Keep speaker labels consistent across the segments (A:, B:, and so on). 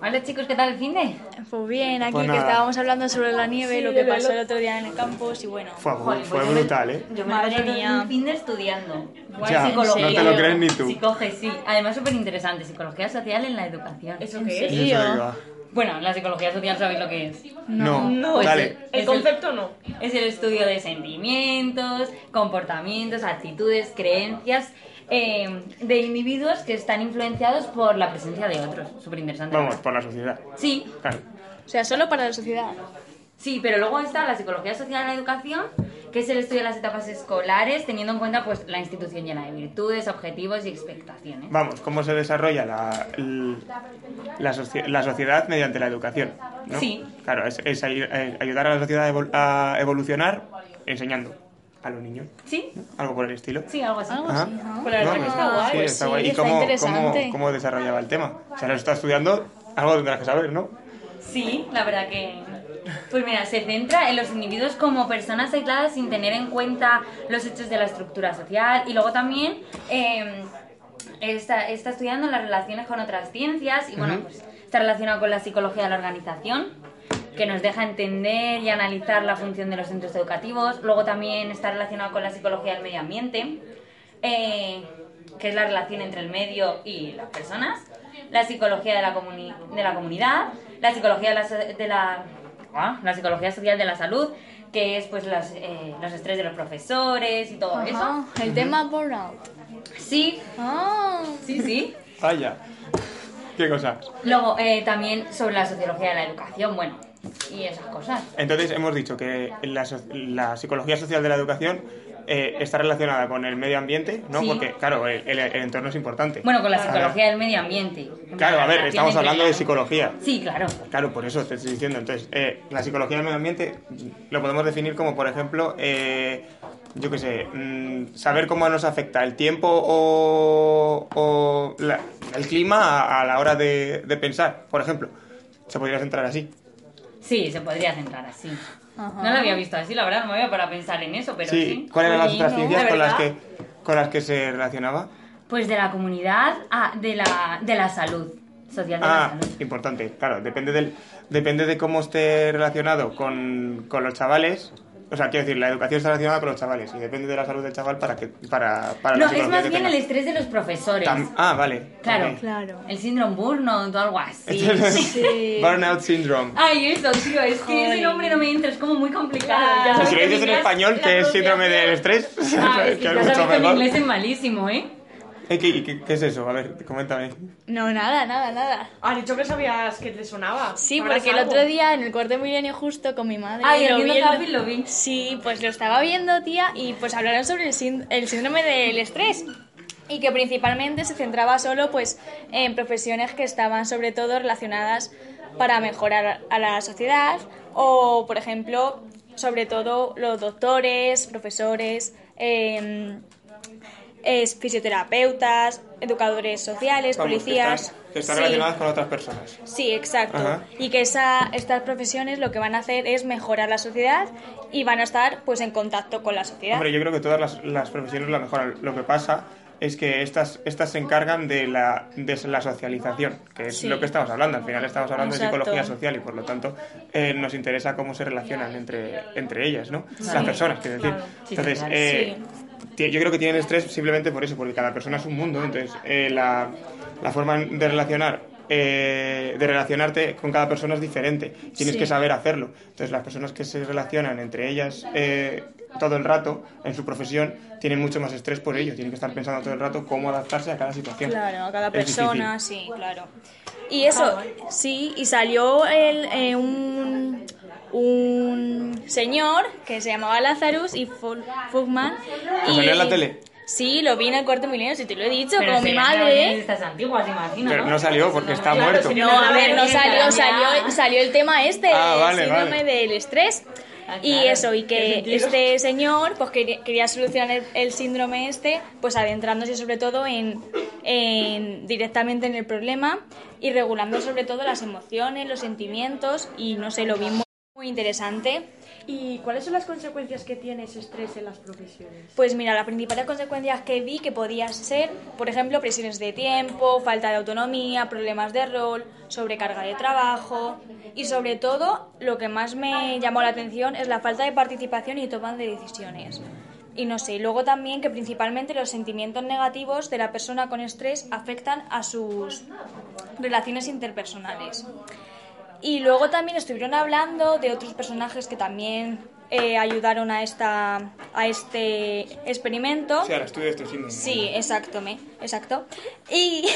A: Hola chicos, ¿qué tal el fin de?
B: Pues bien, aquí
C: Pues
B: que
C: nada.
B: estábamos hablando sobre la nieve y
D: Sí,
B: lo que
D: de
B: pasó
D: lo-
B: el otro día en el campus y bueno.
C: Fue,
A: Joder,
C: fue
A: pues yo me-
C: brutal, ¿eh?
A: Yo me
B: Madre
A: he pasado
B: mía.
A: un fin de estudiando. Guay,
C: Ya, no
A: psicología.
C: te lo crees ni tú.
A: Psicoge, sí. Además, súper interesante. Psicología social en la educación.
D: ¿Eso
B: ¿En
D: qué
B: serio?
D: es?
C: Eso digo.
A: Bueno, la psicología social sabéis lo que es.
C: No,
D: No.
C: dale.
A: Es el-
D: El concepto no.
A: Es el estudio de sentimientos, comportamientos, actitudes, creencias eh, de individuos que están influenciados por la presencia de otros. Súper interesante.
C: Vamos, por la sociedad.
A: Sí,
C: Claro.
B: O sea, solo para la sociedad.
A: Sí, pero luego está la psicología social en la educación, que es el estudio de las etapas escolares, teniendo en cuenta pues la institución llena de virtudes, objetivos y expectaciones.
C: Vamos, cómo se desarrolla la, l- la, socie- la sociedad mediante la educación. ¿no?
A: Sí.
C: Claro, es, es ayu- eh, ayudar a la sociedad a evol- a evolucionar enseñando a los niños.
A: Sí,
C: Algo por el estilo.
A: sí, algo así.
B: Algo
C: Ajá.
B: así, ¿no?
D: Pues la verdad
C: No,
D: que
C: pues-
D: está guay.
C: Sí,
B: Pues
C: está
B: sí,
C: guay. ¿Y
B: está
C: cómo, cómo,
B: interesante.
C: cómo desarrollaba el tema? O sea, lo está estudiando, algo tendrás que saber, ¿no?
A: Sí, la verdad que... Pues mira, se centra en los individuos como personas aisladas sin tener en cuenta los hechos de la estructura social y luego también eh, está, está estudiando las relaciones con otras ciencias y bueno,
C: Ujú.
A: pues está relacionado con la psicología de la organización que nos deja entender y analizar la función de los centros educativos. Luego también está relacionado con la psicología del medio ambiente, eh, que es la relación entre el medio y las personas, la psicología de la, comuni- de la comunidad, la psicología de la, so- de la- ah, la psicología social de la salud, que es pues las, eh, los estrés de los profesores y todo
B: Ajá,
A: eso.
B: el tema burnout.
A: Sí,
B: Ah,
A: sí, sí.
C: Vaya. ¿Qué cosas?
A: Luego eh, también sobre la sociología de la educación, bueno, y esas cosas.
C: Entonces hemos dicho que la, so- la psicología social de la educación eh, está relacionada con el medio ambiente, ¿no?
A: Sí.
C: Porque, claro, el, el- el entorno es importante.
A: Bueno, con la
C: A ver,
A: psicología del medio ambiente.
C: Claro, a ver,
A: La
C: estamos
A: relación
C: hablando de
A: entre-
C: psicología.
A: Sí, claro.
C: Claro, por eso te estoy diciendo. Entonces, eh, la psicología del medio ambiente lo podemos definir como, por ejemplo, eh, yo qué sé, mm, saber cómo nos afecta el tiempo o, o la- el clima a, a la hora de, de pensar, por ejemplo. Se podría centrar así.
A: Sí, se podría centrar así.
B: Ajá.
A: No lo había visto así, la verdad, no me había para pensar en eso, pero sí.
C: sí, ¿cuáles eran las
B: Sí,
C: otras
B: ¿no?
C: ciencias
D: La
C: con las, que,
D: verdad.
C: con las que se relacionaba?
A: Pues de la comunidad a de la, de la salud. Social de
C: Ah,
A: la salud.
C: importante, claro, depende del depende de cómo esté relacionado con, con los chavales. O sea, quiero decir, la educación está relacionada con los chavales y depende de la salud del chaval para que para, para Ah, la
A: No, es
C: psicología
A: más
C: que
A: bien el
C: tenga.
A: estrés de los profesores.
C: Tam- Ah, vale.
A: Claro.
C: ok.
B: claro.
A: El síndrome burnout o algo así.
C: Esto es-
B: Sí.
C: Burnout syndrome.
A: Ay, eso, tío, es que ese
B: Jolín.
A: nombre no me entra, es como muy complicado.
D: Ah.
A: ya
C: Y
A: sabes
C: Pues si lo
A: que
C: dices en
A: mi inglés-
C: español,
D: la
C: que es síndrome
D: pronunciación-
C: del estrés,
A: Ah, es que
C: que
A: ya
C: es mucho
A: sabes que mi
C: mejor.
A: inglés es malísimo, ¿eh?
C: Eh, ¿qué- qué, qué es eso? A ver, coméntame.
B: No, nada, nada, nada.
D: Ah, Has dicho que sabías que te sonaba.
B: Sí,
D: Sabrás
B: porque el
D: algo.
B: otro día en el cuarto milenio justo con mi madre.
A: Ay,
B: lo
A: el
B: vi
A: viendo
B: en-
A: Happy lo vi.
B: Sí, pues lo estaba viendo, tía, y pues hablaron sobre el, sínd- el síndrome del estrés. Y que principalmente se centraba solo pues en profesiones que estaban sobre todo relacionadas para mejorar a la sociedad o, por ejemplo, sobre todo los doctores, profesores, em, es- fisioterapeutas, educadores sociales,
C: Vamos, que
B: policías.
C: están- que están
B: Sí.
C: relacionadas con otras personas.
B: Sí, exacto.
C: Ajá.
B: Y que esa, estas profesiones lo que van a hacer es mejorar la sociedad y van a estar pues en contacto con la sociedad.
C: Hombre, yo creo que todas las, las profesiones lo mejoran. Lo que pasa es que estas, estas se encargan de la, de la socialización, que es
B: Sí.
C: lo que estamos hablando. Al final estamos hablando
B: Exacto.
C: de psicología social y por lo tanto eh, nos interesa cómo se relacionan entre, entre ellas, ¿no? Las personas, quiero decir.
A: Sí,
C: Entonces,
A: claro.
C: eh, ti- yo creo que tienen estrés simplemente por eso, porque cada persona es un mundo. Entonces, eh, la, la forma de relacionar. eh, de relacionarte con cada persona es diferente, tienes
B: Sí.
C: que saber hacerlo. Entonces, las personas que se relacionan entre ellas eh, todo el rato en su profesión tienen mucho más estrés por ello, tienen que estar pensando todo el rato cómo adaptarse a cada situación.
B: Claro, a cada
C: Es difícil.
B: persona, sí, claro. Ah, Y eso, sí, y salió el, eh, un, un señor que se llamaba Lazarus y Fu- Fugman.
C: ¿Que
B: y-
C: salió en la tele?
B: Sí, lo vi en el cuarto milenio, si te lo he dicho,
A: Pero
B: con mi
A: serían reuniones de
B: madre.
A: estas antiguas, imagino.
C: Pero no salió porque está
D: Claro,
C: muerto.
D: sería
B: No, a ver, no salió, salió, salió el tema este,
C: Ah, vale,
B: el síndrome
C: vale.
B: del estrés.
A: Ah,
B: Y
A: claro,
B: eso, y que
D: tiene sentido.
B: este señor pues quería, quería solucionar el, el síndrome este, pues adentrándose sobre todo en, en- directamente en el problema y regulando sobre todo las emociones, los sentimientos y no sé, lo mismo muy interesante.
D: ¿Y cuáles son las consecuencias que tiene ese estrés en las profesiones?
B: Pues mira, las principales consecuencias que vi que podían ser, por ejemplo, presiones de tiempo, falta de autonomía, problemas de rol, sobrecarga de trabajo y sobre todo lo que más me llamó la atención es la falta de participación y toma de decisiones. Y no sé, y luego también que principalmente los sentimientos negativos de la persona con estrés afectan a sus relaciones interpersonales. Y luego también estuvieron hablando de otros personajes que también eh, ayudaron a, esta, a este experimento.
C: O sea, el estudio de este síndrome.
B: Sí, exacto, me, exacto. Y,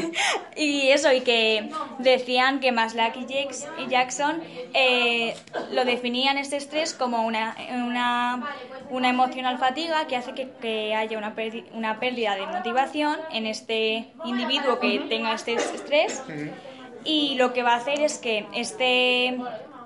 B: y eso, y que decían que Maslak y Jax- y Jackson eh, lo definían este estrés como una, una, una emocional fatiga que hace que, que haya una, perdi- una pérdida de motivación en este individuo que tenga este estrés. Y lo que va a hacer es que este,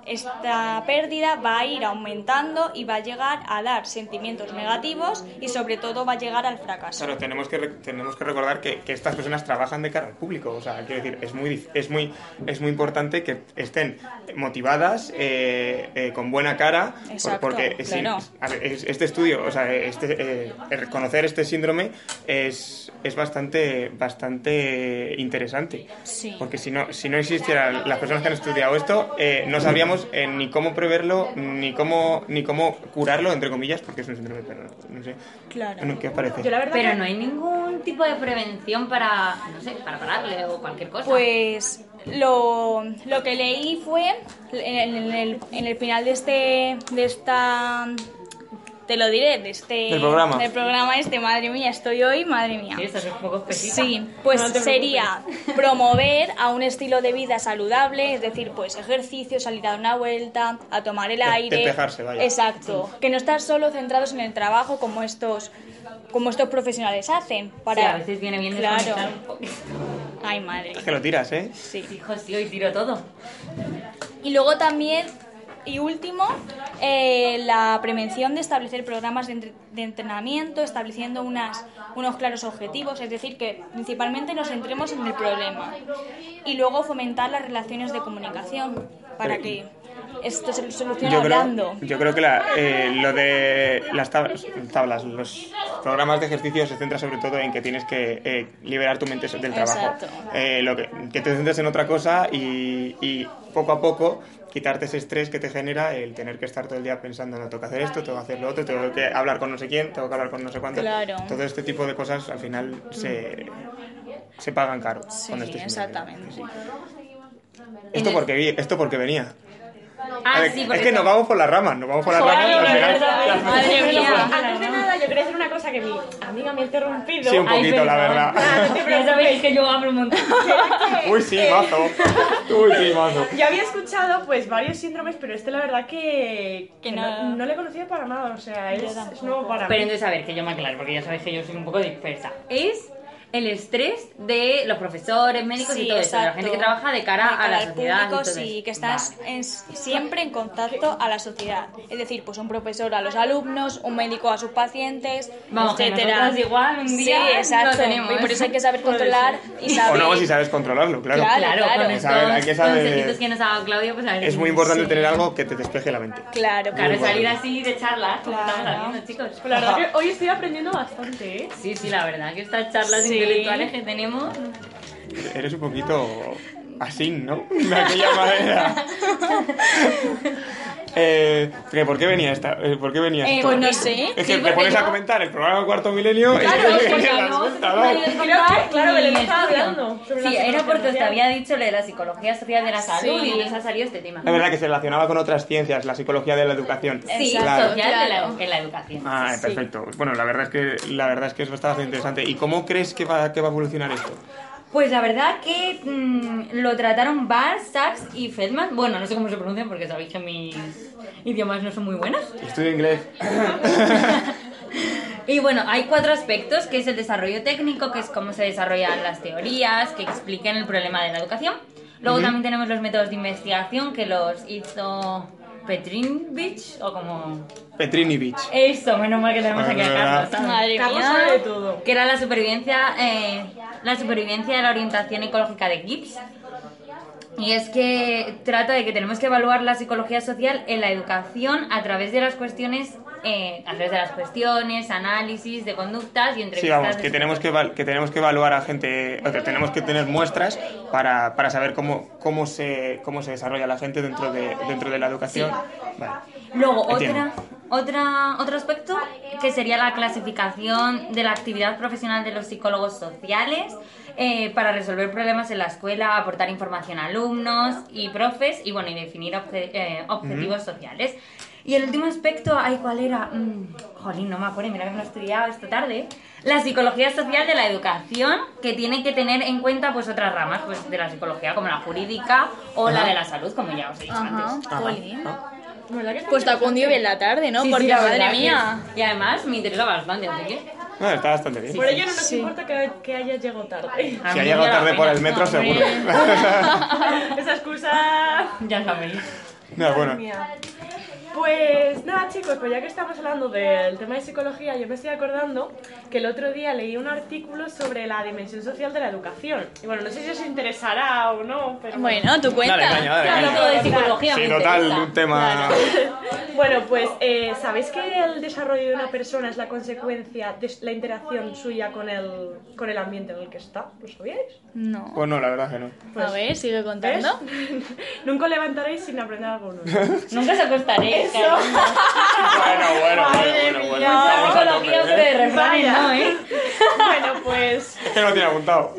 B: esta pérdida va a ir aumentando y va a llegar a dar sentimientos negativos y sobre todo va a llegar al fracaso.
C: Claro, tenemos que, re- tenemos que recordar que, que estas personas trabajan de cara al público. O sea, quiero decir, es muy, dif- es muy, es muy importante que estén motivadas, eh, eh, con buena cara, por-
B: Exacto,
C: porque si-
B: claro.
C: a ver, es- este estudio, o sea, este, eh, el conocer este síndrome es, es bastante, bastante interesante.
B: Sí.
C: Porque si no, si no existieran las personas que han estudiado esto, eh, no sabríamos eh, ni cómo preverlo, ni cómo, ni cómo curarlo, entre comillas, porque es un síndrome, pero no sé.
B: Claro.
C: No, ¿Qué os parece?
D: Yo la verdad
A: Pero
D: que-
A: no hay ningún tipo de prevención para, no sé, para pararle o cualquier cosa.
B: Pues lo, lo que leí fue en, en el, en el final de este de esta te lo diré de este
C: Del programa.
B: del programa este madre mía estoy hoy madre mía
A: Sí, eso es un poco específico.
B: Sí, pues
D: No te preocupes.
B: sería promover a un estilo de vida saludable, es decir, pues ejercicio, salir a dar una vuelta, a tomar el
C: Des-
B: aire.
C: despejarse, vaya.
B: Exacto. Que no estar solo centrados en el trabajo como estos, como estos profesionales hacen. Para...
A: Sí, a veces viene bien
B: Claro.
A: desconectar un poco.
B: Ay, madre.
C: Es que lo tiras, ¿eh?
B: Sí.
A: Hijo, sí, hoy tiro todo.
B: Y luego también, y último, eh, la prevención de establecer programas de, entre- de entrenamiento, estableciendo unas, unos claros objetivos, es decir, que principalmente nos centremos en el problema. Y luego fomentar las relaciones de comunicación para que esto se solucione
C: Yo
B: hablando.
C: creo, yo creo que la- eh, lo de las tablas, tablas, los programas de ejercicio se centra sobre todo en que tienes que eh, liberar tu mente del trabajo.
B: Exacto.
C: Eh, lo que, que te centres en otra cosa y, y poco a poco quitarte ese estrés que te genera el tener que estar todo el día pensando, no, tengo que hacer esto, tengo que hacer lo otro, tengo que hablar con no sé quién, tengo que hablar con no sé cuánto.
B: Claro.
C: Todo este tipo de cosas al final se, se pagan caro.
B: Sí,
C: cuando estés sin dinero.
B: exactamente.
C: Esto porque, vi- esto porque venía. A
A: Ah,
C: ver,
A: sí,
C: es
A: porque
C: que nos vamos por las ramas, nos vamos por las
B: Claro,
C: ramas.
B: claro,
C: al final-
B: claro, claro. Madre
D: Bueno,
B: mía.
D: pues, antes de nada, yo quería decir una cosa que mi amiga me ha interrumpido.
C: Sí, un
A: Ay,
C: poquito, la
A: perdón.
C: verdad.
D: no te
A: Ya sabéis que yo hablo un montón.
C: Uy, sí, mazo. Uy, sí, mazo.
D: Yo había escuchado pues varios síndromes, pero este la verdad que,
B: Que
D: que
B: no-
D: no, no le conocía para nada, o sea, es,
B: tampoco.
D: es nuevo para
A: Pero
D: mí.
A: entonces, a ver, que yo me aclaro, porque ya sabéis que yo soy un poco dispersa. Es el estrés de los profesores, médicos
B: Sí,
A: y todo eso, de la
B: exacto.
A: gente que trabaja de cara,
B: De
A: a la
B: al
A: sociedad. y
B: público,
A: todo
B: sí,
A: eso.
B: que estás
A: Vale.
B: en- siempre en contacto a la sociedad. Es decir, pues un profesor a los alumnos, un médico a sus pacientes,
A: Vamos, que
B: etcétera.
A: nosotras igual un día
B: sí,
A: lo
B: exacto.
A: tenemos.
B: Y por eso hay que saber
A: Por eso.
B: controlar y saber.
C: O no, si sabes controlarlo, claro.
B: Claro.
A: Claro, con
B: Hay
C: que saber- hay que
A: estos
C: saber-
A: consejitos que nos ha dado Claudio, pues a ver.
C: Es muy importante tener algo que te despeje la mente.
B: Claro,
A: Claro,
C: Muy
A: salir
C: bueno.
A: así de charlas, como
B: Claro.
A: estamos haciendo, chicos.
D: Pues la verdad que hoy estoy aprendiendo bastante, ¿eh?
A: Sí, sí, la verdad, que estas charlas
B: Sí.
A: intelectuales que tenemos.
C: Eres un poquito así, ¿no? De aquella manera. Eh, ¿que ¿Por qué venía esta? eh, ¿Por qué venía
B: Eh,
C: esto?
B: pues no sé.
C: Es
A: sí,
C: que te
A: porque
C: pones a
A: yo-
C: comentar el programa Cuarto Milenio
A: Claro,
C: y
A: porque
C: te das
A: no,
C: cuenta,
A: no
C: ¿no?
A: hay descontar
D: Claro, Belén
A: y
D: estaba
A: estudio.
D: hablando sobre la
A: Sí, era
D: psicología
A: porque os
D: social.
A: había dicho lo de la psicología social de la salud
B: Sí.
A: y nos ha salido este tema.
C: La verdad que se relacionaba con otras ciencias, la psicología de la educación.
A: Sí,
C: Claro.
A: social de la-
B: Claro.
A: en la educación.
C: Ah,
B: Sí.
C: perfecto. Bueno, la verdad es que la verdad es que es bastante interesante. ¿Y cómo crees que va, que va a evolucionar esto?
A: Pues la verdad que mm, lo trataron Barr, Sachs y Feldman. Bueno, no sé cómo se pronuncian porque sabéis que mis idiomas no son muy buenos.
C: Estudio inglés.
A: Y bueno, hay cuatro aspectos, que es el desarrollo técnico, que es cómo se desarrollan las teorías, que expliquen el problema de la educación. Luego también tenemos los métodos de investigación que los hizo Petrinvich, o como...
C: Petrini Beach.
A: Eso, menos mal que tenemos
C: Ah,
A: aquí a
C: ¿verdad?
A: Carlos. ¿sabes?
B: Madre
D: Carlos
B: mía.
D: sabe de todo.
A: que era la supervivencia, eh, la supervivencia de la orientación ecológica de Gibbs. Y es que trata de que tenemos que evaluar la psicología social en la educación a través de las cuestiones, eh, a través de las cuestiones, análisis de conductas y entrevistas.
C: Sí, vamos,
A: de
C: que tenemos que, val- que tenemos que evaluar a gente, o que tenemos que tener muestras para, para saber cómo, cómo, se, cómo se desarrolla la gente dentro de, dentro de la educación. Vale.
A: Luego,
C: Entiendo.
A: otra, otra, otro aspecto que sería la clasificación de la actividad profesional de los psicólogos sociales eh, para resolver problemas en la escuela, aportar información a alumnos y profes y, bueno, y definir obje- eh, objetivos sociales. Y el último aspecto, ay, ¿cuál era? Mm, jolín, no me acuerdo, mira que me lo he estudiado esta tarde. La psicología social de la educación, que tiene que tener en cuenta pues otras ramas pues, de la psicología, como la jurídica o la
C: Ajá.
A: de la salud, como ya os he dicho antes.
C: Ajá.
B: Jolín.
C: Ah.
B: Pues te acundió bien la tarde, ¿no?
A: Sí, sí,
B: Porque
A: la
B: madre
A: verdad
B: mía.
A: que- Y además me interesa bastante, así que.
C: No, está bastante bien.
D: Por ello no nos
B: Sí.
D: importa que, que hayas llegado tarde.
A: a
C: Si
A: mí
C: ha
A: me
C: llegado
A: da
C: tarde por
A: pena.
C: el metro, seguro.
D: Esa excusa.
A: Ya sabéis.
C: No, bueno.
D: Mía. Pues nada chicos, pues ya que estamos hablando del tema de psicología, yo me estoy acordando que el otro día leí un artículo sobre la dimensión social de la educación. Y bueno, no sé si os interesará o no, pero...
B: Bueno, tú cuenta.
C: Dale, caña, dale,
A: Hablo todo
C: caña.
A: de psicología.
C: Sí,
A: me
C: total,
A: interesa.
C: un tema...
D: Bueno, pues eh, ¿sabéis que el desarrollo de una persona es la consecuencia de la interacción suya con el, con el ambiente en el que está? ¿Lo sabíais?
B: No.
C: Pues no, la verdad que no.
B: A ver, sigue
D: ¿Ves?
B: contando.
D: Nunca levantaréis sin aprender algo nuevo.
A: Nunca se acostaré. cariño.
C: Bueno, bueno,
D: Madre
C: bueno, bueno,
D: mía.
C: bueno. Estamos a
A: Psicología
C: tope,
A: sobre
C: ¿eh?
A: refranes,
D: Vaya.
A: ¿no, eh?
D: bueno, pues
C: Es que Este no tiene apuntado.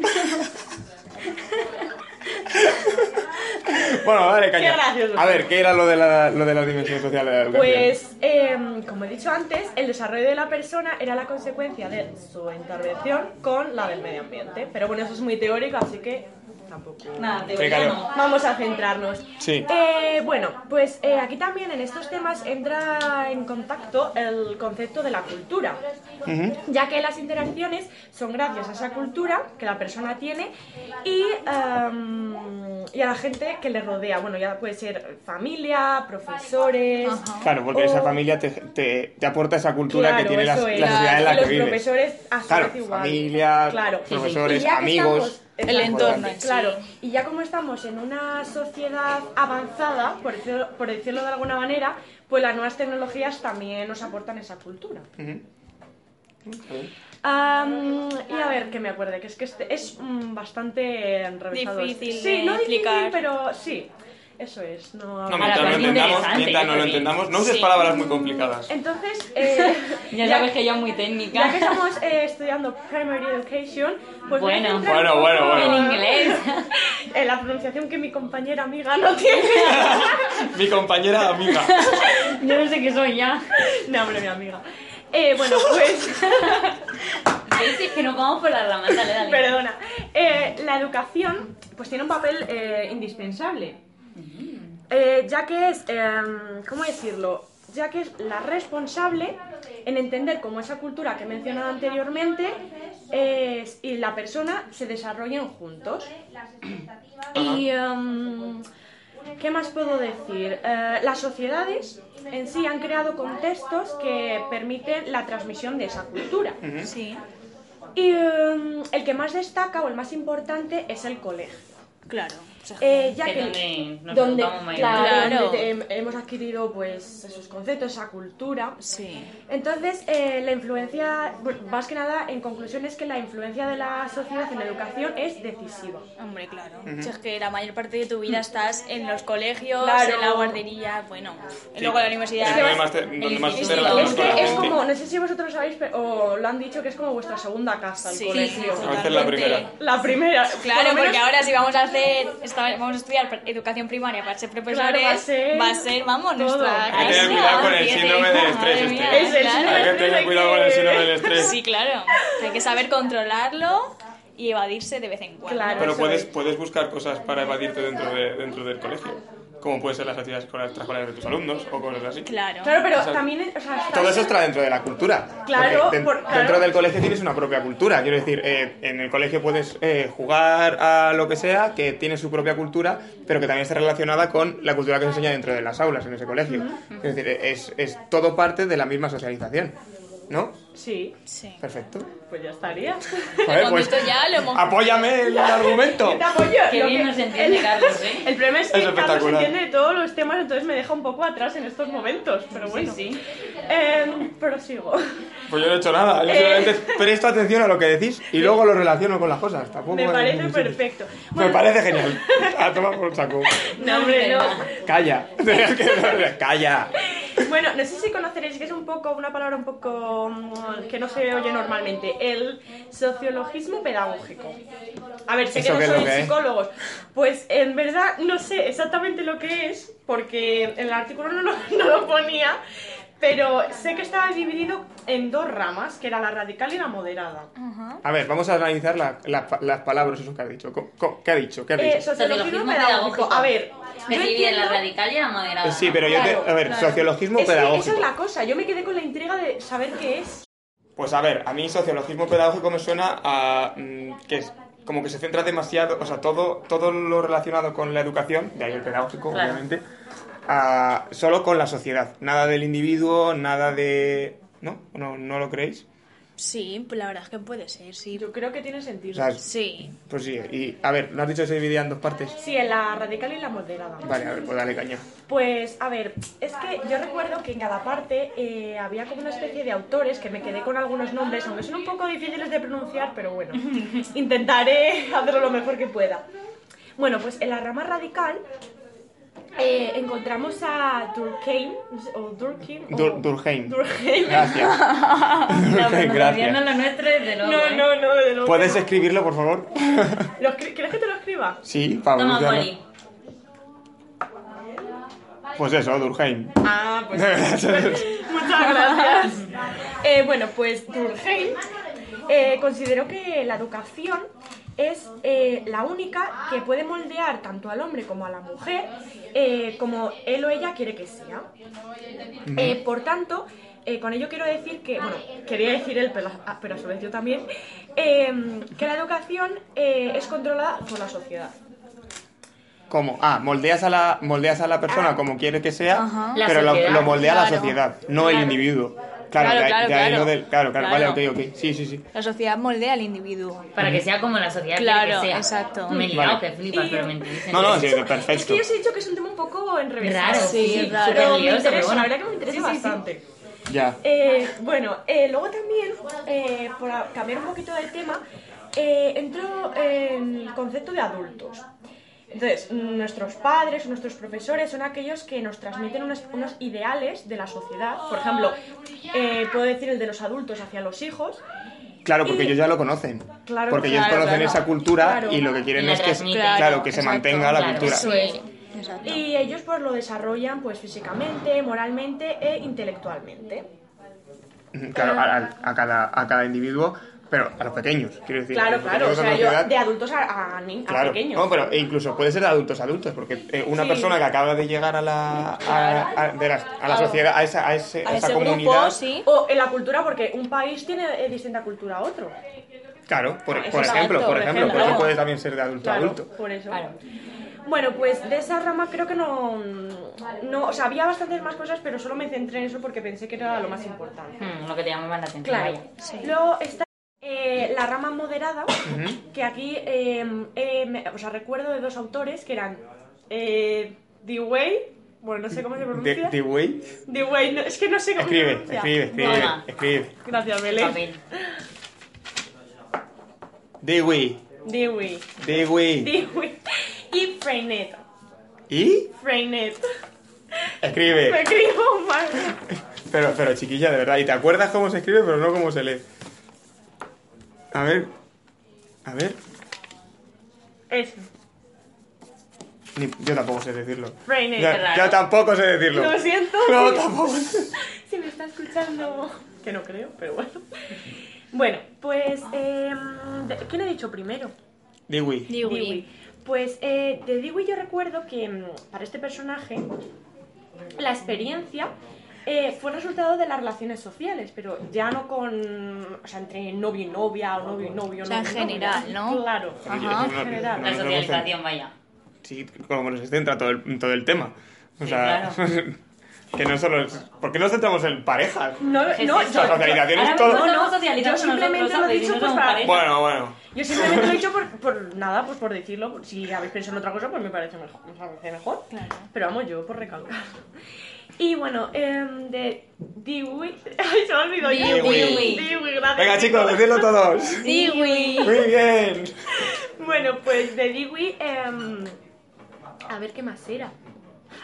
C: bueno, dale, caña.
D: Qué gracioso.
C: A ver, ¿qué era lo de la, lo de la dimensión social de la educación?
D: Pues, em, como he dicho antes, el desarrollo de la persona era la consecuencia de su intervención con la del medio ambiente. Pero bueno, eso es muy teórico, así que tampoco.
A: Nada,
C: Sí,
A: teoría
C: claro.
A: no.
D: Vamos a centrarnos.
C: Sí.
D: Eh, bueno, pues eh, aquí también en estos temas entra en contacto el concepto de la cultura,
C: Ujú.
D: ya que las interacciones son gracias a esa cultura que la persona tiene y, em, y a la gente que le rodea. Bueno, ya puede ser familia, profesores.
B: Ajá.
C: Claro, porque esa
D: o-
C: familia te, te, te aporta esa cultura que
D: oh. Claro,
C: tiene la,
D: eso es.
C: la sociedad en la
D: Y
C: que
D: los
C: vives.
D: profesores a su
C: Claro,
D: vez igual.
C: familia,
D: Claro.
C: profesores,
D: Y ya que
C: amigos.
D: estamos-
B: El entorno.
C: Importante.
D: Claro, y ya como estamos en una sociedad avanzada, por decirlo, por decirlo de alguna manera, pues las nuevas tecnologías también nos aportan esa cultura. Am, y a ver, que me acuerde, que es que este es mm, bastante enrevesado.
B: Difícil
D: este.
B: de
D: Sí, no
B: explicar.
D: difícil, pero sí, eso es. No,
A: mientras Ahora, no lo
D: pues,
A: pero es entendamos, interesante, mientras no lo sí. entendamos,
C: no uses palabras muy complicadas.
D: Entonces, eh,
A: Ya
D: ya-
A: sabes que yo muy
D: ya que
A: técnica.
D: estamos eh, estudiando Primary Education, pues voy a
A: Bueno.
D: centrar
C: Bueno,
D: un
C: bueno,
D: poco
C: bueno.
A: En inglés.
D: En la pronunciación que mi compañera amiga no tiene.
C: Mi compañera amiga.
A: Yo no sé qué soy ya.
D: No, hombre, mi amiga. Eh, bueno, pues,
A: Dices que nos vamos por las ramas. Dale, dale.
D: perdona. Eh, la educación, pues tiene un papel eh, indispensable. Eh, ya que es, em, ¿cómo decirlo? Ya que es la responsable en entender cómo esa cultura que he mencionado anteriormente es- y la persona se desarrollan juntos. Y em, ¿Qué más puedo decir? Eh, las sociedades en sí han creado contextos que permiten la transmisión de esa cultura.
B: Sí,
D: Y em, el que más destaca o el más importante es el colegio.
B: claro. O sea,
D: Eh, ya
A: Que
D: que
A: donde nos
D: donde,
A: educamos mayormente.
D: claro,
B: Claro.
D: donde, em, hemos adquirido pues esos conceptos, esa cultura.
B: sí.
D: Entonces, eh, la influencia, bueno, más que nada, en conclusión es que la influencia de la sociedad en la educación es decisiva.
B: Hombre, claro. O sea, es que la mayor parte de tu vida estás en los colegios,
D: Claro.
B: en la guardería, bueno, y
C: Sí.
B: luego en la universidad.
C: Es que no hay más te-
B: el
C: donde más te
B: instituto.
C: relacionas
D: Es
C: con la
D: que es
C: gente.
D: como, no sé si vosotros sabéis, pe- o lo han dicho, que es como vuestra segunda casa, el
B: Sí,
D: colegio.
B: sí,
C: A veces la
B: totalmente.
C: primera.
D: La primera. por
B: Claro,
D: lo menos-
B: porque ahora si vamos a hacer, esta- vamos a estudiar pre- educación primaria para ser profesores,
D: Claro, va a ser
B: vamos,
D: todo.
B: nuestra
D: Hay que
B: clase,
D: tener
C: cuidado con el
B: empieza,
C: síndrome del
B: madre
C: estrés
B: mía,
C: este.
D: Es el
B: claro.
D: síndrome
C: Hay que tener cuidado con el síndrome del estrés.
B: Sí, claro. Hay que saber controlarlo y evadirse de vez en cuando.
D: Claro.
C: Pero
D: Eso
C: puedes,
D: es.
C: puedes buscar cosas para evadirte dentro, de, dentro del colegio, como pueden ser las actividades escolares extraescolares de tus alumnos o cosas así.
B: Claro.
D: Claro, pero
C: O sea,
D: también. O sea, está-
C: Todo eso está dentro de la cultura.
D: Claro,
C: porque den-
D: por- claro.
C: Dentro del colegio tienes una propia cultura. Quiero decir, eh, en el colegio puedes eh, jugar a lo que sea, que tiene su propia cultura, pero que también está relacionada con la cultura que se enseña dentro de las aulas en ese colegio. Es decir, es, es todo parte de la misma socialización. ¿No?
D: Sí,
B: Sí.
C: Perfecto.
D: pues ya estaría.
C: Joder,
B: Hemos visto ya, lo hemos-
C: Apóyame el argumento.
D: Te apoyo.
A: Qué
D: Lo
A: bien
D: que-
A: nos entiende
D: el-
A: Carlos, ¿eh?
D: El problema es que
C: Es
D: Carlos
C: espectacular.
D: entiende de todos los temas, entonces me deja un poco atrás en estos momentos, pero bueno.
A: sí.
D: Eh, prosigo.
C: Pues yo no he hecho nada.
D: Eh.
C: Yo solamente presto atención a lo que decís y luego lo relaciono con las cosas. Tampoco
D: Me
C: es
D: parece
C: difícil.
D: perfecto.
C: Me
D: Bueno,
C: parece genial. A tomar por saco.
D: No, hombre, no.
C: Calla. Es que- Calla.
D: Bueno, no sé si conoceréis que es un poco, una palabra un poco mm, que no se oye normalmente, el sociologismo pedagógico. A ver, sé que
C: ¿Eso
D: no
C: qué es lo
D: sois
C: que es?
D: psicólogos. Pues en verdad no sé exactamente lo que es, porque en el artículo no lo, no lo ponía, pero sé que estaba dividido en dos ramas, que era la radical y la moderada.
A: Ah.
C: A ver, vamos a analizar la- la- las palabras eso que has dicho. Co- co- ¿Qué ha dicho? ¿Qué ha
D: Eh,
C: dicho?
D: sociologismo
A: Sociologismo
D: pedagógico.
A: pedagógico.
D: A ver,
A: Que
D: yo
A: se divide la
D: entiendo-
A: radical y la moderada.
C: Sí, pero yo
D: Claro,
C: te... A ver,
D: claro.
C: sociologismo
D: Es que esa
C: pedagógico.
D: es la cosa, yo me quedé con la intriga de saber qué es.
C: Pues a ver, a mí sociologismo pedagógico me suena a mm, que es como que se centra demasiado, o sea, todo, todo lo relacionado con la educación, de ahí el pedagógico,
A: Claro.
C: obviamente, a- solo con la sociedad. Nada del individuo, nada de... ¿No? ¿No, no lo creéis?
B: Sí, pues la verdad es que puede ser, sí.
D: Yo creo que tiene
C: O
D: sentido.
C: sea,
B: Sí.
C: pues sí, y a ver, ¿no has dicho que se dividía en dos partes?
D: Sí, en la radical y la moderada.
C: Vale, a ver, pues dale caña.
D: Pues, a ver, es que yo recuerdo que en cada parte eh, había como una especie de autores que me quedé con algunos nombres, aunque son un poco difíciles de pronunciar, pero bueno, intentaré hacerlo lo mejor que pueda. Bueno, pues en la rama radical eh, encontramos a Durkheim, no sé, o Durkheim,
A: Oh.
D: o-
C: Dur- Durkheim. Ah.
D: Durkheim.
C: Gracias. Durkheim,
A: No
C: gracias.
A: lo nuestro, desde luego.
D: No,
A: ¿eh?
D: no, no, de nuevo.
C: ¿Puedes escribirlo, por favor?
D: ¿Lo escri- ¿Quieres que te lo escriba?
C: Sí, para
A: Toma, Poli.
C: evolucionar. Pues eso, Durkheim.
D: Ah, pues Muchas gracias. Eh, bueno, pues Durkheim eh, consideró que la educación es eh, la única que puede moldear tanto al hombre como a la mujer eh, como él o ella quiere que sea. Eh, por tanto, eh, con ello quiero decir que, bueno, quería decir él, pero, ah, pero a su vez yo también, eh, que la educación eh, es controlada por la sociedad.
C: ¿Cómo? Ah, moldeas a la, moldeas a la persona como quieres que sea,
B: Ajá.
A: La
C: pero lo,
A: sociedad,
C: lo moldea la
B: claro.
C: sociedad, no el individuo.
B: Claro,
C: Claro, de ahí-
B: claro,
C: de ahí
B: claro.
C: lo del- claro, claro, vale,
B: Claro.
C: ok, ok. Sí, sí, sí.
B: La sociedad moldea al individuo.
A: Para que sea como la sociedad
B: Claro,
A: quiere que sea.
B: exacto.
A: Me he liado,
C: Vale.
A: que flipas,
D: Y-
A: pero me entiendes.
C: No, no, sí,
D: Es
C: perfecto.
D: que yo os he dicho que es un tema un poco enrevesado.
A: Raro, sí,
B: Sí,
A: súper
B: pero
D: Pero me
A: lioso, pero
D: interesa, la
A: bueno.
D: verdad que me interesa bastante.
C: Ya.
D: Eh, bueno, eh, luego también, eh, por a- cambiar un poquito del tema, eh, entró en el concepto de adultos. Entonces, mm, nuestros padres, nuestros profesores son aquellos que nos transmiten unos, unos ideales de la sociedad. Por ejemplo, eh, puedo decir el de los adultos hacia los hijos.
C: Claro, porque
D: y-
C: ellos ya lo conocen.
D: Claro,
C: porque ellos
B: claro,
C: conocen
B: claro.
C: esa cultura
D: Claro.
C: y lo que quieren
A: Y la
C: es que, se-
A: transmiten.
C: claro, que se
B: Exacto,
C: mantenga la
A: claro.
C: cultura.
A: Eso es.
B: Sí, exacto.
D: Y ellos pues lo desarrollan pues físicamente, moralmente e intelectualmente.
C: Ujú, Claro, a, a- a cada, a cada individuo, pero a los pequeños, quiero decir. a
D: Claro,
C: los
D: claro, o
C: pequeños en
D: sea,
C: la
D: yo
C: sociedad,
D: de adultos a, a ni- a
C: Claro,
D: pequeños.
C: no, pero incluso puede ser de adultos a adultos, porque eh, una
D: Sí.
C: persona que acaba de llegar a la, a, a- de las- a la
B: Claro.
C: sociedad, a esa, a ese-
B: A
C: esa
B: ese
C: comunidad,
B: grupo, sí.
D: O en la cultura, porque un país tiene eh, distinta cultura a otro.
C: Claro, por,
D: Eso
C: por
D: es
C: ejemplo,
B: adulto,
C: por
B: por
C: ejemplo,
B: ejemplo.
C: porque puede también ser de adulto a
D: Claro,
C: adulto.
D: por eso.
B: Claro.
D: Bueno, pues de esa rama creo que no, no... O sea, había bastantes más cosas, pero solo me centré en eso porque pensé que era lo más importante.
A: Mm, lo que te llamaba la atención.
D: Claro.
A: vaya.
D: Luego está eh, la rama moderada, que aquí, eh, eh, me- o sea, recuerdo de dos autores que eran eh, Dewey, bueno, no sé cómo se
C: De,
D: pronuncia.
C: de güey.
D: Dewey, no- es que no sé cómo se
C: Escribe,
D: pronuncia.
C: escribe, escribe,
A: Toma.
C: escribe.
D: Gracias, Belén.
A: Papel.
C: De güey,
D: Dewey.
C: de güey.
D: Dewey. Y Freinet.
C: ¿Y?
D: Freinet. Me
C: Escribe.
D: escribo mal.
C: Pero, pero chiquilla, de verdad. Y te acuerdas cómo se escribe, pero no cómo se lee. A ver. A ver.
D: Eso.
C: Ni- yo tampoco sé decirlo.
D: Brain
C: yo,
D: es
A: raro.
C: yo tampoco sé decirlo.
D: Lo siento.
C: No,
D: si-
C: tampoco.
D: Si me está escuchando. Que no creo, pero bueno. Bueno, pues. eh, de- ¿Quién ha dicho primero?
C: Dewey.
D: Dewey. Pues eh, de Dewey yo recuerdo que mm, para este personaje la experiencia eh, fue resultado de las relaciones sociales, pero ya no con. O sea, entre novio y novia o novio y novio.
B: O sea, en
D: novio y novia.
B: general, ¿no?
D: Claro.
B: Ajá.
C: No, no, no,
D: General.
C: no,
A: La
C: no, no,
A: socialización, vaya.
C: Sí, como nos centra todo el, todo el tema. O
A: Sí,
C: sea,
A: claro.
C: Que no solo es- ¿Por qué nos centramos en parejas?
D: No,
A: ¿Qué es
D: no,
A: eso?
C: yo- La socialización es
A: Ahora
C: todo-
A: mismo
D: No,
A: estamos
D: no,
A: socializando
D: yo
A: con nosotros,
D: simplemente lo he
A: ¿sabes? Y
D: dicho
A: no
D: pues
A: somos
D: para-
A: pareja.
C: Bueno, bueno.
D: Yo simplemente lo he dicho por, por nada, pues por decirlo. por- Si habéis pensado en otra cosa, pues me parece mejor. Me parece mejor.
B: Claro.
D: Pero vamos, yo por recalcar. Y bueno, em, de Dewey. Ay, se me ha olvidado ya.
B: Dewey.
D: Dewey, Dewey, gracias.
C: Venga, chicos, decidlo todos.
B: Dewey.
C: Muy bien.
D: Bueno, pues de Dewey. em, a ver qué más era.